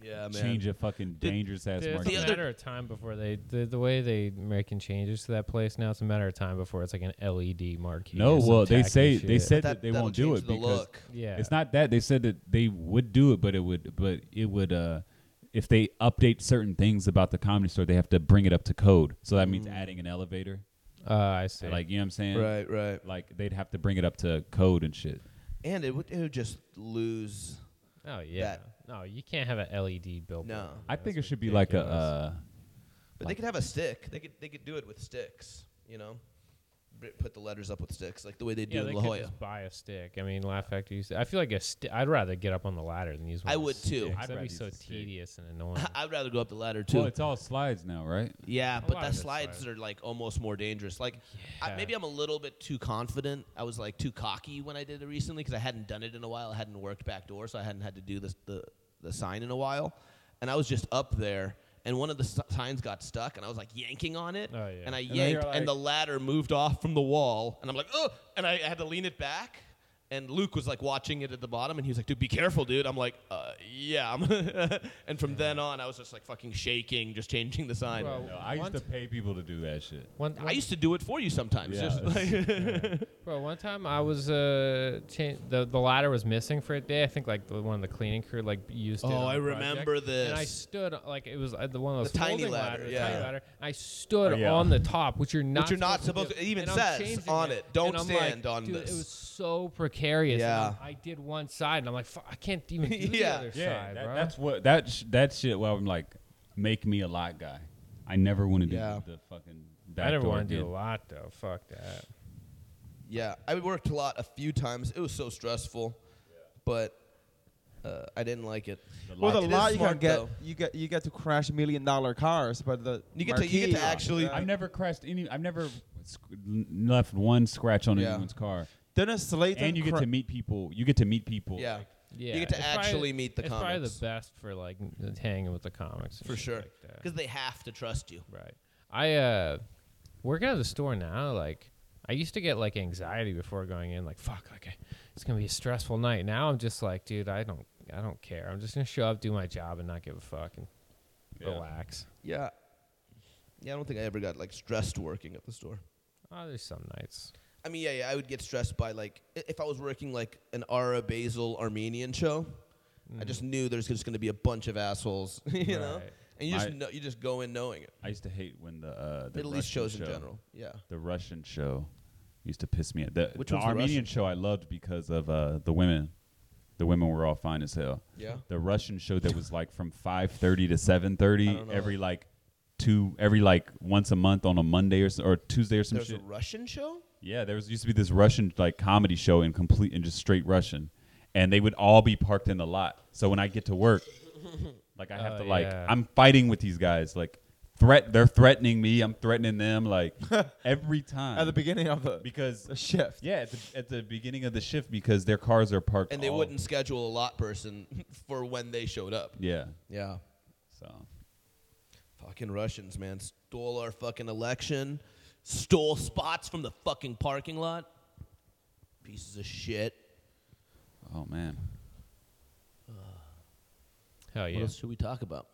A: Yeah, oh, man.
C: Change a fucking dangerous ass
B: Dude,
C: market.
A: the
B: it's a
A: other-
B: matter of time before they the, the way they making changes to that place now. It's a matter of time before it's like an LED marquee.
C: No,
B: or some
C: well, they
B: tacky
C: say they
B: shit.
C: said
A: That-
C: that, they
A: that'll
C: won't do
A: change
C: it
A: the
C: because
A: look.
B: Yeah.
C: it's not that they said that they would do it, but it would, but it would, uh, if they update certain things about the comedy store, they have to bring it up to code. So that
A: Mm.
C: means adding an elevator,
B: Uh, I see.
C: like you know what I'm saying?
A: Right, right.
C: Like they'd have to bring it up to code and shit.
A: And it would, it would just lose.
B: oh yeah. No, you can't have an LED billboard.
A: No.
C: I think it
B: That's
C: should be like a.
B: ridiculous.
C: Uh,
A: But they could have a stick. They could they could do it with sticks. You know, B- put the letters up with sticks, like the way they do
B: yeah,
A: in
B: they
A: La
B: could
A: Jolla.
B: just buy a stick. I mean, Laugh Factory. Used to, I feel like a sti I'd rather get up on the ladder than use. one
A: I
B: of the
A: would, too.
B: sticks.
A: I'd
B: That'd
C: rather
B: be
C: use
B: so
C: a stick.
B: tedious and annoying.
A: I'd rather go up the ladder too.
C: well, it's all slides now, right?
A: Yeah, but
B: lot
A: the
B: of it's
A: slides
B: slides.
A: are like almost more dangerous. Like, I,
B: Yeah.
A: maybe I'm a little bit too confident. I was like too cocky when I did it recently because I hadn't done it in a while. I hadn't worked back door, so I hadn't had to do this, the the sign in a while. And I was just up there, and one of the s signs got stuck, and I was like yanking on it,
B: Oh, yeah.
A: and I
B: And
C: then you're
A: yanked,
C: like-
A: and the ladder moved off from the wall, and I'm like, oh, and I had to lean it back. And Luke was like watching it at the bottom, and he was like, "Dude, be careful, dude." I'm like, uh, "Yeah." I'm and from then on, I was just like fucking shaking, just changing the sign.
B: Well,
C: No, I used
B: one
C: to pay people to do that shit.
B: One, one,
A: I used to do it for you sometimes.
C: Yeah.
A: Just like,
B: bro, one time I was uh, cha- the the ladder was missing for a day. I think like the, one of the cleaning crew like used. it
A: Oh,
B: on
A: I
B: the project.
A: remember
B: And I
A: this.
B: stood like it was uh, the one of those
A: The tiny
B: folding
A: ladder,
B: the
A: yeah.
B: tiny ladder. I stood
C: Oh, yeah.
B: on the top, which you're not.
A: you're not supposed
B: do.
A: to- it even
B: And I'm
A: says
B: changing
A: on it, "Don't
B: And I'm like,
A: stand on
B: dude,
A: this."
B: It was so precarious. and
A: Yeah.
B: I'm- I did one side, and I'm like, "Fuck, I can't even do
A: Yeah.
B: the other side,
C: that-
B: bro.
C: that's what that sh- that shit. Well, I'm like, make me a lot guy. I never want to do
A: Yeah.
C: the fucking.
B: I never
C: backdoor
B: want to do
C: again.
B: a lot though. Fuck that.
A: yeah, I worked a lot a few times. It was so stressful, but uh, I didn't like it.
J: Well, the
A: It is
J: lot you can
A: smart,
J: get,
A: though.
J: you get, you get to crash million dollar cars, but the
A: You get to- you get to
J: marquee-
A: actually-
C: I've never crashed any. I've never sc- left one scratch on
A: Yeah.
C: anyone's car.
J: Dennis Slater
C: And you get
J: cra-
C: to meet people. You get to meet people.
A: Yeah.
C: like,
B: Yeah,
A: You get to
B: it's
A: actually
B: probably-
A: meet the
B: it's probably
A: comics.
B: the best for like n- hanging with the comics. and
A: for
B: shit
A: sure,
B: like that.
A: because they have to trust you.
B: Right. I uh working at the store now, like I used to get like anxiety before going in, like fuck, like I- it's gonna be a stressful night. Now I'm just like, dude, I don't, I don't care. I'm just gonna show up, do my job, and not give a fuck and relax.
A: Yeah. Yeah, I don't think I ever got like stressed working at the store.
B: Oh, there's some nights.
A: I mean, yeah, yeah, I would get stressed by like i- if I was working like an Ara Basil Armenian show, I just knew there's just going to be a bunch of assholes, you know.
B: Right.
A: And you just
C: My-
A: know, you just go in knowing it.
C: I used to hate when the uh, the
A: Middle East
C: Russian
A: shows
C: show-
A: in general. Yeah.
C: The Russian show used to piss me. off. The,
A: Which
C: the
A: one's the Russian?
C: Armenian show I loved because of uh, the women. The women were all fine as hell.
A: Yeah.
C: The Russian show that was like from five thirty to seven thirty
A: don't know
C: every like two every like once a month on a Monday or s- or Tuesday or some
A: There's
C: shit.
A: a Russian show?
C: Yeah, there was used to be this Russian like comedy show in complete and just straight Russian, and they would all be parked in the lot. So when I get to work, like I have
B: Oh,
C: to like
B: yeah.
C: I'm fighting with these guys. Like threat, they're threatening me. I'm threatening them. Like every time
K: At the beginning of the,
C: because
K: the shift.
C: yeah, at the, at the beginning of the shift because their cars are parked
A: And they
C: all-
A: wouldn't schedule a lot person for when they showed up.
C: Yeah,
A: Yeah.
C: so
A: Fucking Russians, man, stole our fucking election, stole spots from the fucking parking lot. Pieces of shit.
C: oh man,
B: Hell
A: What
B: yeah.
A: else should we talk about?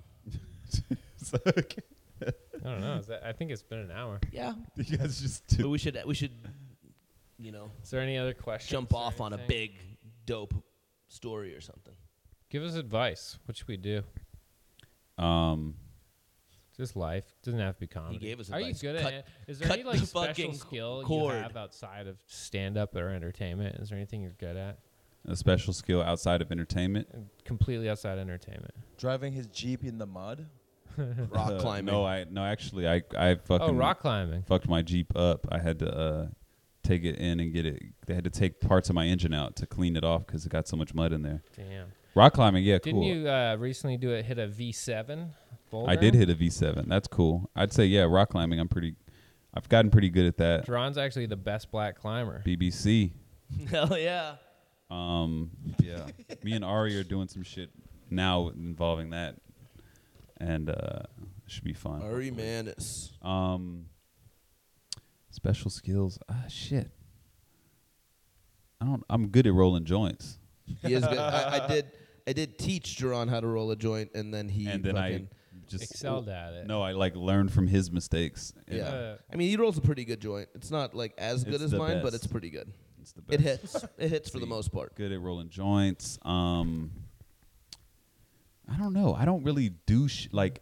C: So, okay.
B: I don't know. Is that, I think it's been an hour.
A: Yeah,
C: you guys just do
A: but we should we should, you know,
B: Is there any other questions?
A: jump
B: or
A: off on a
B: anything?
A: big dope story or something.
B: Give us advice. What should we do?
C: um.
B: Just life. Doesn't have to be comedy.
A: gave us
B: Are you
A: advice.
B: good
A: Cut-
B: at it? Is there
A: cut
B: any like
A: the
B: special
A: fucking
B: skill
A: cord.
B: you have outside of stand up or entertainment? Is there anything you're good at?
C: A special skill outside of entertainment.
B: Completely outside entertainment.
K: Driving his Jeep in the mud.
A: Rock
C: Uh,
A: climbing.
C: No, I no. Actually, I I fucking
B: Oh, rock climbing.
C: fucked my Jeep up. I had to uh, take it in and get it. They had to take parts of my engine out to clean it off because it got so much mud in there.
B: Damn.
C: Rock climbing, yeah,
B: Didn't
C: cool.
B: you uh, recently do it? Hit a V7 boulder.
C: I did hit a V7. That's cool. I'd say yeah, rock climbing. I'm pretty. I've gotten pretty good at that.
B: Duran's actually the best black climber.
C: BBC.
A: Hell yeah.
C: Um, yeah. Me and Ari are doing some shit now involving that, and uh, it should be fun.
A: Ari Manis.
C: Um, special skills. Ah, shit. I don't. I'm good at rolling joints.
A: He is good. I, I did I did teach Jerron how to roll a joint, and then he
C: and then I
A: fucking-
C: just
B: Excelled at it.
C: No, I like learned from his mistakes. and
A: yeah.
B: Uh,
A: I mean, he rolls a pretty good joint. It's not like as good
C: It's
A: as
C: the
A: mine, but
C: best.
A: it's pretty good.
C: It's the
A: It
C: best.
A: hits. it hits for the most part.
C: Good at rolling joints. Um, I don't know. I don't really do sh- like.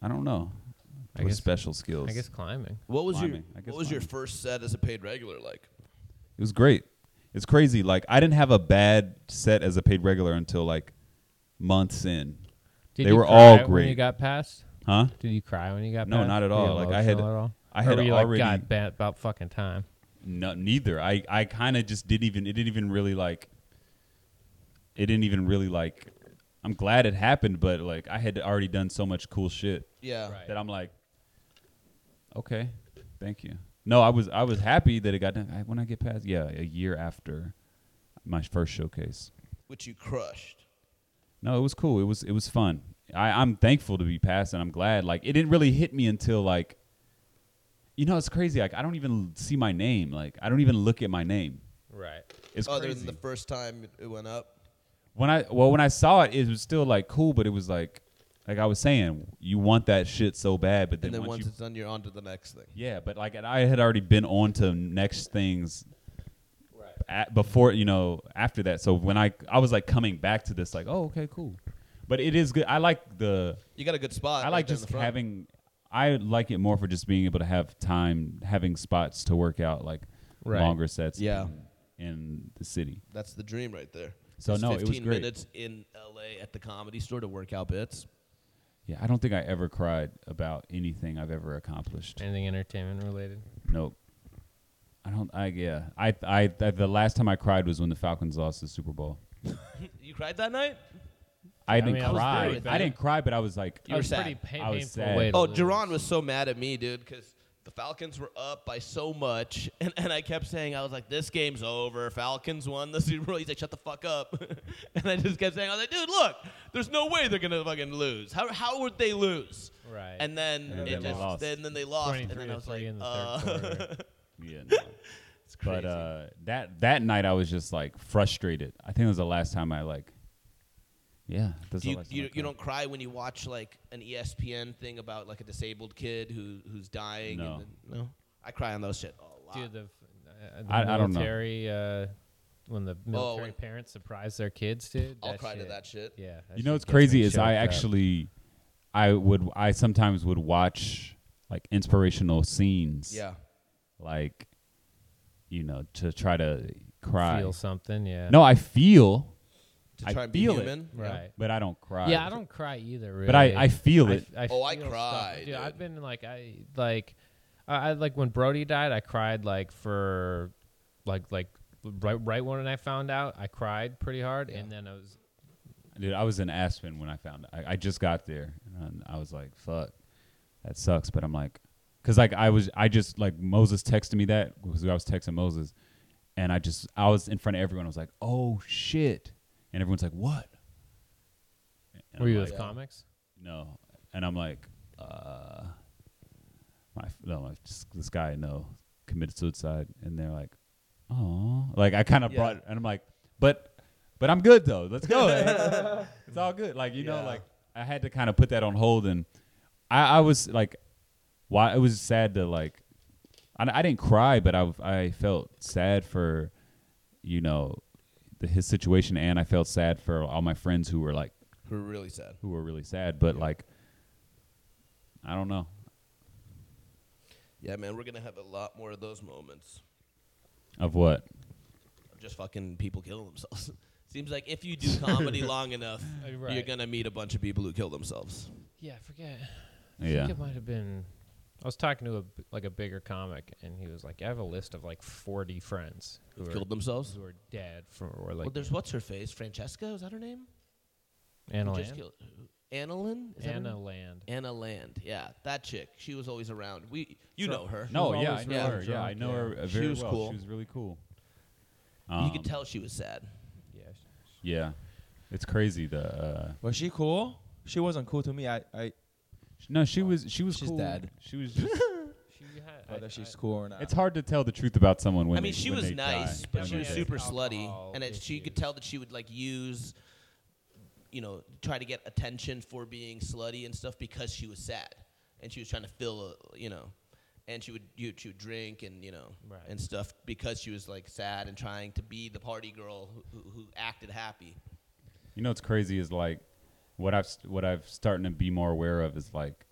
C: I don't know.
B: I
C: What
B: guess-
C: special skills.
B: I guess climbing.
A: What was
C: Climbing. I
A: your
C: guess
A: What was your
C: climbing.
A: first set as a paid regular like?
C: It was great. It's crazy. Like I didn't have a bad set as a paid regular until like months in.
B: Did
C: They
B: you
C: were
B: cry
C: all
B: When you
C: great.
B: got passed.
C: Huh?
B: Did you cry when you got?
C: No,
B: passed?
C: not at
B: Were
C: all.
B: you
C: Like, I had-
B: emotional at all?
C: I
B: Or
C: had
B: were you,
C: already-
B: like, God, ba- about fucking time.
C: No, neither. I, I kind of just didn't even. It didn't even really like. It didn't even really like. I'm glad it happened, but like I had already done so much cool shit
A: Yeah.
B: Right.
C: that I'm like, okay, thank you. No, I was I was happy that it got done. I, when I get past, yeah, a year after my first showcase.
A: Which you crushed.
C: No, it was cool. It was it was fun. I, I'm thankful to be passed, and I'm glad. Like it didn't really hit me until like, you know, it's crazy. Like I don't even see my name. Like I don't even look at my name.
B: Right.
C: It's
A: Other
C: crazy.
A: than the first time it- it went up.
C: when I well when I saw it, it was still like cool, but it was like like I was saying, you want that shit so bad, but then,
A: and then
C: once,
A: once
C: you,
A: it's done, you're on to the next thing.
C: yeah, but like and I had already been on to next things. At, before you know after that so when i i was like coming back to this like oh okay cool but it is good i like the
A: You got a good spot.
C: I
A: right
C: like
A: there in
C: just
A: the front.
C: having. I like it more for just being able to have time, having spots to work out like
B: Right.
C: longer sets.
A: Yeah.
C: in, in the city.
A: That's the dream right there.
C: So,
A: It's
C: no, it was
A: 15
C: great.
A: minutes in LA at the comedy store to work out bits.
C: Yeah, I don't think I ever cried about anything I've ever accomplished.
B: Anything entertainment related?
C: Nope. I don't. I yeah. I, I I the last time I cried was when the Falcons lost the Super Bowl.
A: You cried that night?
C: I didn't
B: mean, I was
C: cry.
B: worried,
C: I
B: man.
C: didn't cry, but I was like,
A: You were
B: That's
A: sad.
B: Pretty pain-
C: I was
B: painful
C: sad.
B: way to
C: Oh,
A: Oh,
B: lose.
A: Jerron was so mad at me, dude, because the Falcons were up by so much, and, and I kept saying, I was like, this game's over. Falcons won the Super Bowl. He's like, shut the fuck up. and I just kept saying, I was like, dude, look, there's no way they're going to fucking lose. How, how would they lose?
B: Right.
A: And then
C: And then
A: it
C: they
A: just,
C: lost.
A: then, then they lost, and
B: 23
A: then
B: to
A: I was like,
B: three in the
A: uh,
B: third quarter.
C: Yeah, no. But uh, that that night I was just like frustrated. I think it was the last time I like. Yeah, that's
A: Do
C: the
A: you,
C: last time I
A: you, you
C: cried.
A: don't cry when you watch like an E ESPN thing about like a disabled kid who who's dying.
C: No.
A: and then, no? I cry on those shit a lot.
B: Dude, the, uh, the
C: I- I don't know.
B: military, uh, when the military
A: when-
B: parents surprise their kids, dude.
A: Oh, I'll
B: that
A: cry
B: shit.
A: to that shit.
B: Yeah. that
C: you know
B: shit
C: what's
B: gets
C: crazy
B: me
C: is I
B: choked up.
C: actually, I would I sometimes would watch like inspirational scenes.
A: Yeah.
C: Like, you know, to try to cry.
B: feel something. Yeah.
C: No, I feel,
A: To
C: I
A: try and be
C: feel it.
A: human. yeah.
B: Right.
C: but I don't cry.
B: Yeah, I don't cry either. Really.
C: But I- I feel it.
B: I
A: Oh, I
B: feel stuff.
A: cry,
B: dude,
A: dude.
B: I've been like, I like, I, I like when Brody died. I cried like for, like like right right when I found out, I cried pretty hard, and then I was
C: Dude, I was in Aspen when I found it. I, I just got there, and I was like, "Fuck, that sucks." But I'm like, because like I was, I just like Moses texted me that because I was texting Moses, and I just I was in front of everyone. I was like, "Oh shit!" And everyone's like, "What?" And
B: were
C: I'm
B: you
C: like,
B: with comics?
C: No, and I'm like, uh, my no, my, just, this guy no committed suicide, and they're like, "Oh," like I kind of brought, and I'm like, but but I'm good though. Let's go. it's all good. Like you know, like I had to kind of put that on hold, and I, I was like, why it was sad to like, I, I didn't cry, but I I felt sad for, you know, the, his situation, and I felt sad for all my friends who were like
A: Who are really sad.
C: who were really sad, but like, I don't know.
A: Yeah, man, we're gonna have a lot more of those moments.
C: Of what?
A: of Just fucking people killing themselves. Seems like if you do comedy long enough,
B: Uh,
A: you're
B: right.
A: gonna meet a bunch of people who kill themselves.
B: Yeah, I forget. I
C: Yeah.
B: think it might have been. I was talking to a b- like a bigger comic, and he was like, "I have a list of like 40 friends who
A: Who've
B: are,
A: killed themselves.
B: who are dead from or like
A: well, there's what's her face, Francesca. Is that her name?
B: Anna
A: Who just
B: Land.
A: killed- Anna Lynn? Is that her name?
B: Anna Land.
A: Anna Land. Yeah, that chick. She was always around. We, you know her.
C: No, yeah, I
B: always
C: know
A: really
C: her. Yeah, I
B: drunk,
C: know
B: yeah.
C: her uh,
A: She
C: very
A: was
C: well.
A: cool.
C: She was really cool.
A: you
C: Um,
A: could tell she was sad.
B: Yeah, sh-
C: Yeah, it's crazy. The uh,
K: Was she cool? She wasn't cool to me. I, I
C: sh- no, she was she was
K: She's
C: cool.
K: dead.
C: She was just.
B: she had.
A: Oh,
B: I-
K: whether she's
B: I-
K: cool or not.
C: it's hard to tell the truth about someone when
A: I mean,
C: they-
A: she
C: when
A: was
C: they die.
A: nice, but she
B: Definitely
A: was
B: has
A: super
B: alcohol
A: slutty, and it, she could
B: issues.
A: tell that she would like use, you know, try to get attention for being slutty and stuff because she was sad, and she was trying to fill, a, you know, and she would you, she would drink and you know
B: Right.
A: and stuff because she was like sad and trying to be the party girl who, who, who acted happy.
C: You know what's crazy is like what I've st- what I've starting to be more aware of is like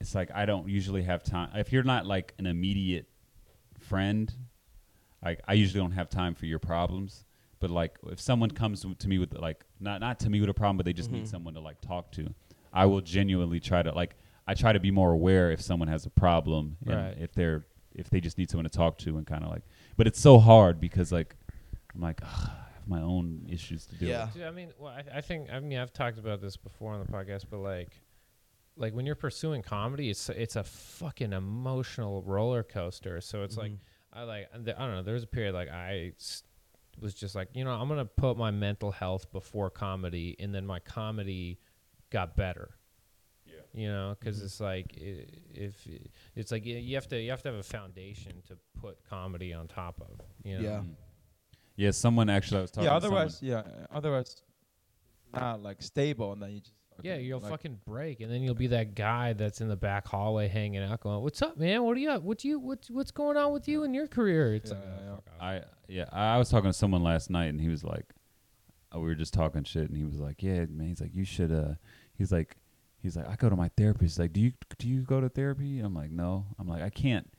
C: it's like I don't usually have time if you're not like an immediate friend like I usually don't have time for your problems but like if someone comes to me with like not not to me with a problem but they just need someone to like talk to I will genuinely try to like I try to be more aware if someone has a problem
B: Right.
C: and if they're if they just need someone to talk to and kind of like but it's so hard because like I'm like "Ugh, I have my own issues to deal with.
A: Yeah.
B: Dude, I mean, well, I, I think I mean I've talked about this before on the podcast, but like, like when you're pursuing comedy, it's it's a fucking emotional roller coaster. So it's like I like I don't know. There was a period like I s- was just like you know I'm gonna put my mental health before comedy, and then my comedy got better. Yeah. You know, because it's like i if it's like you- you have to you have to have a foundation to put comedy on top of. You know?
C: Yeah, someone actually I was talking.
K: yeah.
C: to
K: Otherwise,
C: someone-
K: yeah. uh, Otherwise, not like stable, and then you just
B: Yeah, you'll
K: like,
B: fucking break, and then you'll be that guy that's in the back hallway hanging out, going, "What's up, man? What are you up? What you what what's going on with you and your career?" It's like, "Oh,
K: yeah, yeah.
C: I yeah, I I was talking to someone last night, and he was like, uh, we were just talking shit, and he was like, yeah, man, he's like, you should. uh He's like, he's like, I go to my therapist. He's like, do you do you go to therapy? I'm like, no. I'm like, I can't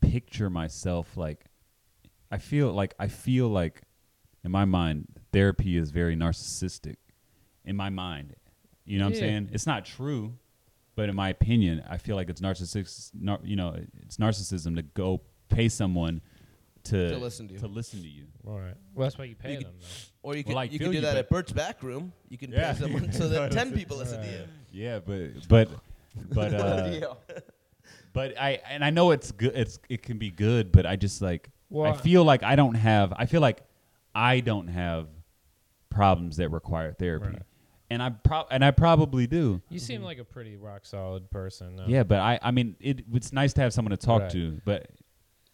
C: picture myself like. I feel like I feel like, in my mind, therapy is very narcissistic. In my mind, you know what
B: Yeah.
C: I'm saying? It's not true, but in my opinion, I feel like it's narcissistic. Nar- you know, it's narcissism to go pay someone to
A: To listen to you.
C: to listen to you.
B: all right. Well, that's why you pay
A: You could-
B: them. Though.
A: Or you
C: Well,
A: can
C: I
A: you
C: feel
A: can do
C: you,
A: that
C: but-
A: at Bert's back room. You can
C: Yeah.
A: pay someone so that ten people listen to you.
C: Yeah, but but but uh, but I and I know it's good. It's it can be good, but I just like
B: Well,
C: I feel like I don't have. I feel like I don't have problems that require therapy,
B: Right.
C: and I prob and I probably do.
B: You seem like a pretty rock solid person. though.
C: Yeah, but I I mean it, it's nice to have someone to talk
B: Right.
C: to, but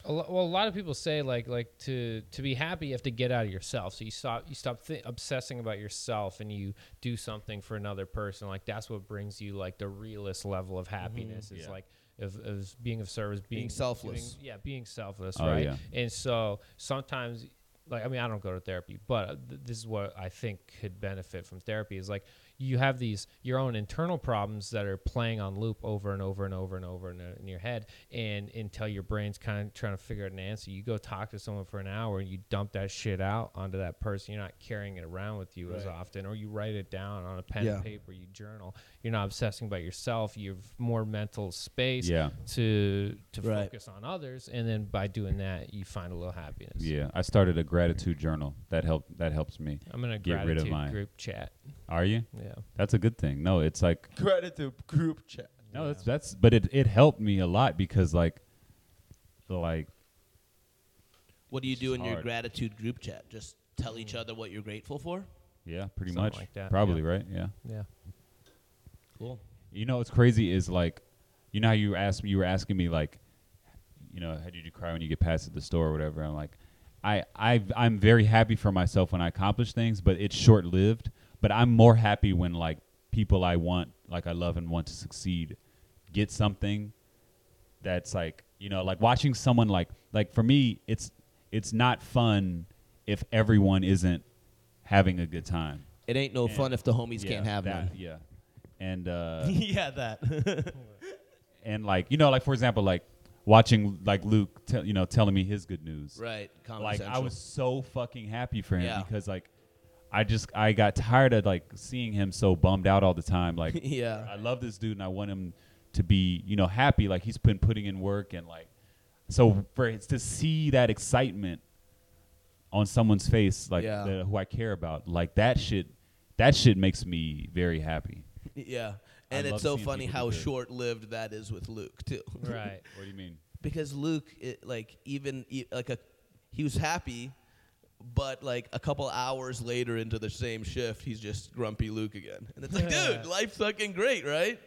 B: A lo- well, a lot of people say like like to to be happy, you have to get out of yourself. So you stop you stop th- obsessing about yourself, and you do something for another person. Like that's what brings you like the realest level of happiness. Is
C: Yeah.
B: like of, of being of service, Mm-hmm. being,
A: selfless.
B: doing- yeah, being selfless,
C: Oh,
B: right?
C: yeah.
B: And so sometimes, like, I mean, I don't go to therapy, but uh, th- this is what I think could benefit from therapy is like you have these your own internal problems that are playing on loop over and over and over and over in, uh, in your head, and until your brain's kind of trying to figure out an answer, you go talk to someone for an hour and you dump that shit out onto that person. You're not carrying it around with you as often, or you write it down on a pen
J: Yeah.
B: and paper. You journal. You're not obsessing about yourself. You have more mental space
C: Yeah.
B: to to
J: Right.
B: focus on others, and then by doing that, you find a little happiness.
C: Yeah, I started a gratitude journal. That helped. That helps me.
B: I'm in a
C: Get rid of
B: gratitude
C: mine.
B: group chat.
C: Are you?
B: Yeah,
C: That's a good thing. No, it's like
J: Gratitude group chat.
C: no, that's that's. But it it helped me a lot because like, like
A: What do you do in your
C: hard.
A: gratitude group chat? Just tell each other what you're grateful for?
C: yeah, pretty
B: Something
C: much
B: like that,
C: probably
B: yeah.
C: right. Yeah.
B: yeah.
A: Cool.
C: You know what's crazy is like, you know how you asked me, you were asking me like, you know, how did you cry when you get passed at the store or whatever? I'm like, I I I'm very happy for myself when I accomplish things, but it's short lived. But I'm more happy when like people I want, like I love and want to succeed, get something that's like you know like watching someone like like for me it's it's not fun if everyone isn't having a good time
A: It ain't no
C: And-
A: fun if the homies
C: Yeah,
A: can't have
C: that,
A: none.
C: yeah and uh
A: yeah, that.
C: and like you know like for example like watching like luke tell you know telling me his good news
A: right. Comedy
C: like i
A: Central.
C: was so fucking happy for him
A: Yeah.
C: because like i just i got tired of like seeing him so bummed out all the time like
A: Yeah.
C: i love this dude and i want him to be you know happy like he's been putting in work and like so for it's to see that excitement on someone's face like
A: Yeah.
C: the- who i care about like that shit that shit makes me very happy
A: Yeah.
C: I
A: And
C: love
A: it's so
C: seeing
A: funny
C: people
A: how
C: do it.
A: short lived that is with Luke, too.
B: Right.
C: what do you mean
A: because Luke, it, like even e- like a, he was happy, but like a couple hours later into the same shift, he's just grumpy Luke again, and it's like, dude, life's fucking great, right?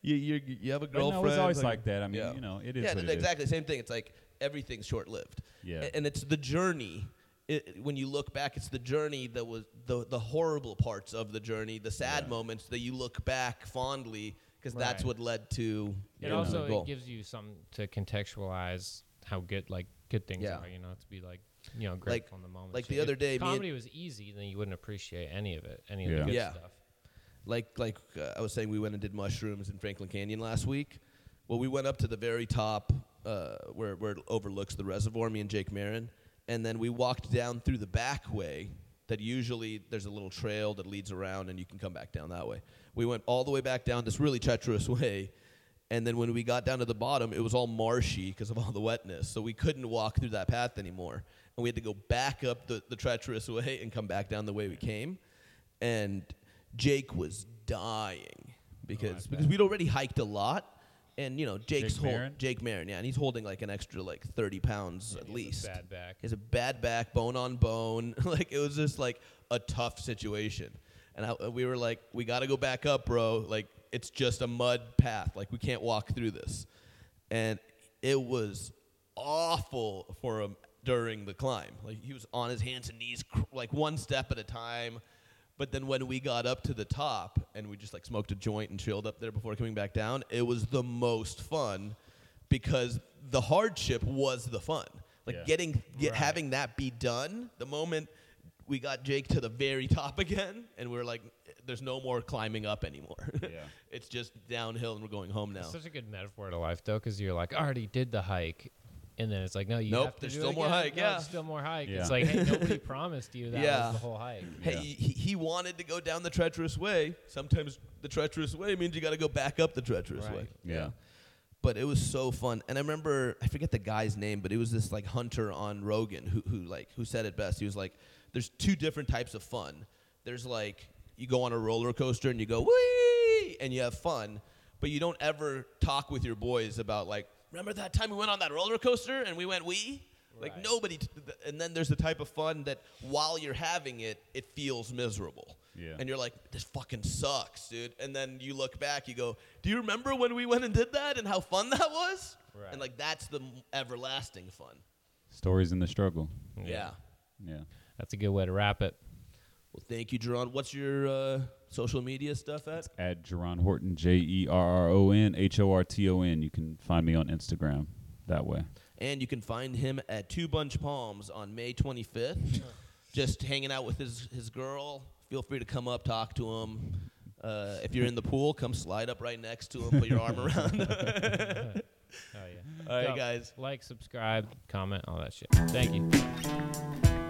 A: You you you have a
C: no, it's
A: girlfriend.
C: always like that. I mean, you know, it is
A: Yeah,
C: what it is.
A: exactly same thing. It's like everything's short lived.
C: Yeah.
A: and it's the journey. It, when you look back, it's the journey that was the the horrible parts of the journey, the sad moments that you look back fondly because that's
B: Right.
A: what led to.
B: It
A: you know,
B: also
A: the goal.
B: it gives you something to contextualize how good like good things
A: Yeah.
B: are. You know, to be like you know grateful in the moment.
A: like
B: So
A: the
B: if
A: other day, me and-
B: comedy was easy, then you wouldn't appreciate any of it, any of
C: Yeah.
B: the good
A: Yeah.
B: stuff.
A: like like uh, I was saying, we went and did mushrooms in Franklin Canyon last week. Well, we went up to the very top uh, where where it overlooks the reservoir. Me and Jake Marin, and then we walked down through the back way. That usually there's a little trail that leads around, and you can come back down that way. We went all the way back down this really treacherous way, and then when we got down to the bottom, it was all marshy because of all the wetness. So we couldn't walk through that path anymore. And we had to go back up the, the treacherous way and come back down the way we came. And Jake was dying because, because we'd already hiked a lot. And, you know, Jake's
C: Oh, Jake
A: hol-
C: Marin?
A: Jake Marin, yeah. And he's holding like an extra like 30 pounds at
B: he has
A: least.
B: a bad back.
A: He has a bad back, bone on bone. like it was just like a tough situation. And I, we were like, we got to go back up, bro. Like it's just a mud path. Like we can't walk through this. And it was awful for him during the climb. Like he was on his hands and knees, cr- like one step at a time. But then when we got up to the top and we just like smoked a joint and chilled up there before coming back down, it was the most fun because the hardship was the fun. Like
C: Yeah.
A: getting get, having that be done, the moment we got Jake to the very top again and we are like there's no more climbing up anymore.
C: Yeah.
A: it's just downhill and we're going home now.
B: It's such a good metaphor to life though, because you're like I already did the hike. And then it's like, no, you
A: Nope,
B: have to
A: there's
B: do it
A: still more
B: again.
A: hike,
B: No,
A: yeah.
B: there's still more hike. It's
C: Yeah.
B: like, hey, nobody promised you that
A: Yeah.
B: was the whole hike.
A: Hey,
C: Yeah.
A: he, he wanted to go down the treacherous way. Sometimes the treacherous way means you got to go back up the treacherous
B: Right.
A: way.
C: Yeah.
A: But it was so fun, and I remember I forget the guy's name, but it was this like hunter on Rogan who who like who said it best. He was like, "There's two different types of fun. There's like you go on a roller coaster and you go wee and you have fun, but you don't ever talk with your boys about like." Remember that time we went on that roller coaster and we went wee? Like
B: Right.
A: nobody, t- th- and then there's the type of fun that while you're having it, it feels miserable.
C: Yeah.
A: And you're like, this fucking sucks, dude. And then you look back, you go, do you remember when we went and did that and how fun that was?
B: Right.
A: And like that's the m- everlasting fun.
C: Stories in the struggle.
A: Yeah.
C: Yeah.
B: That's a good way to wrap it.
A: Well, thank you, Jerron. What's your uh, social media stuff at?
C: At Jerron Horton, J E R R O N H O R T O N. You can find me on Instagram that way.
A: And you can find him at Two Bunch Palms on May 25th, just hanging out with his, his girl. Feel free to come up, talk to him. Uh, if you're in the pool, come slide up right next to him, put your arm around him.
B: Oh yeah.
A: All right,
B: Dope.
A: guys.
B: Like, subscribe, comment, all that shit. Thank you.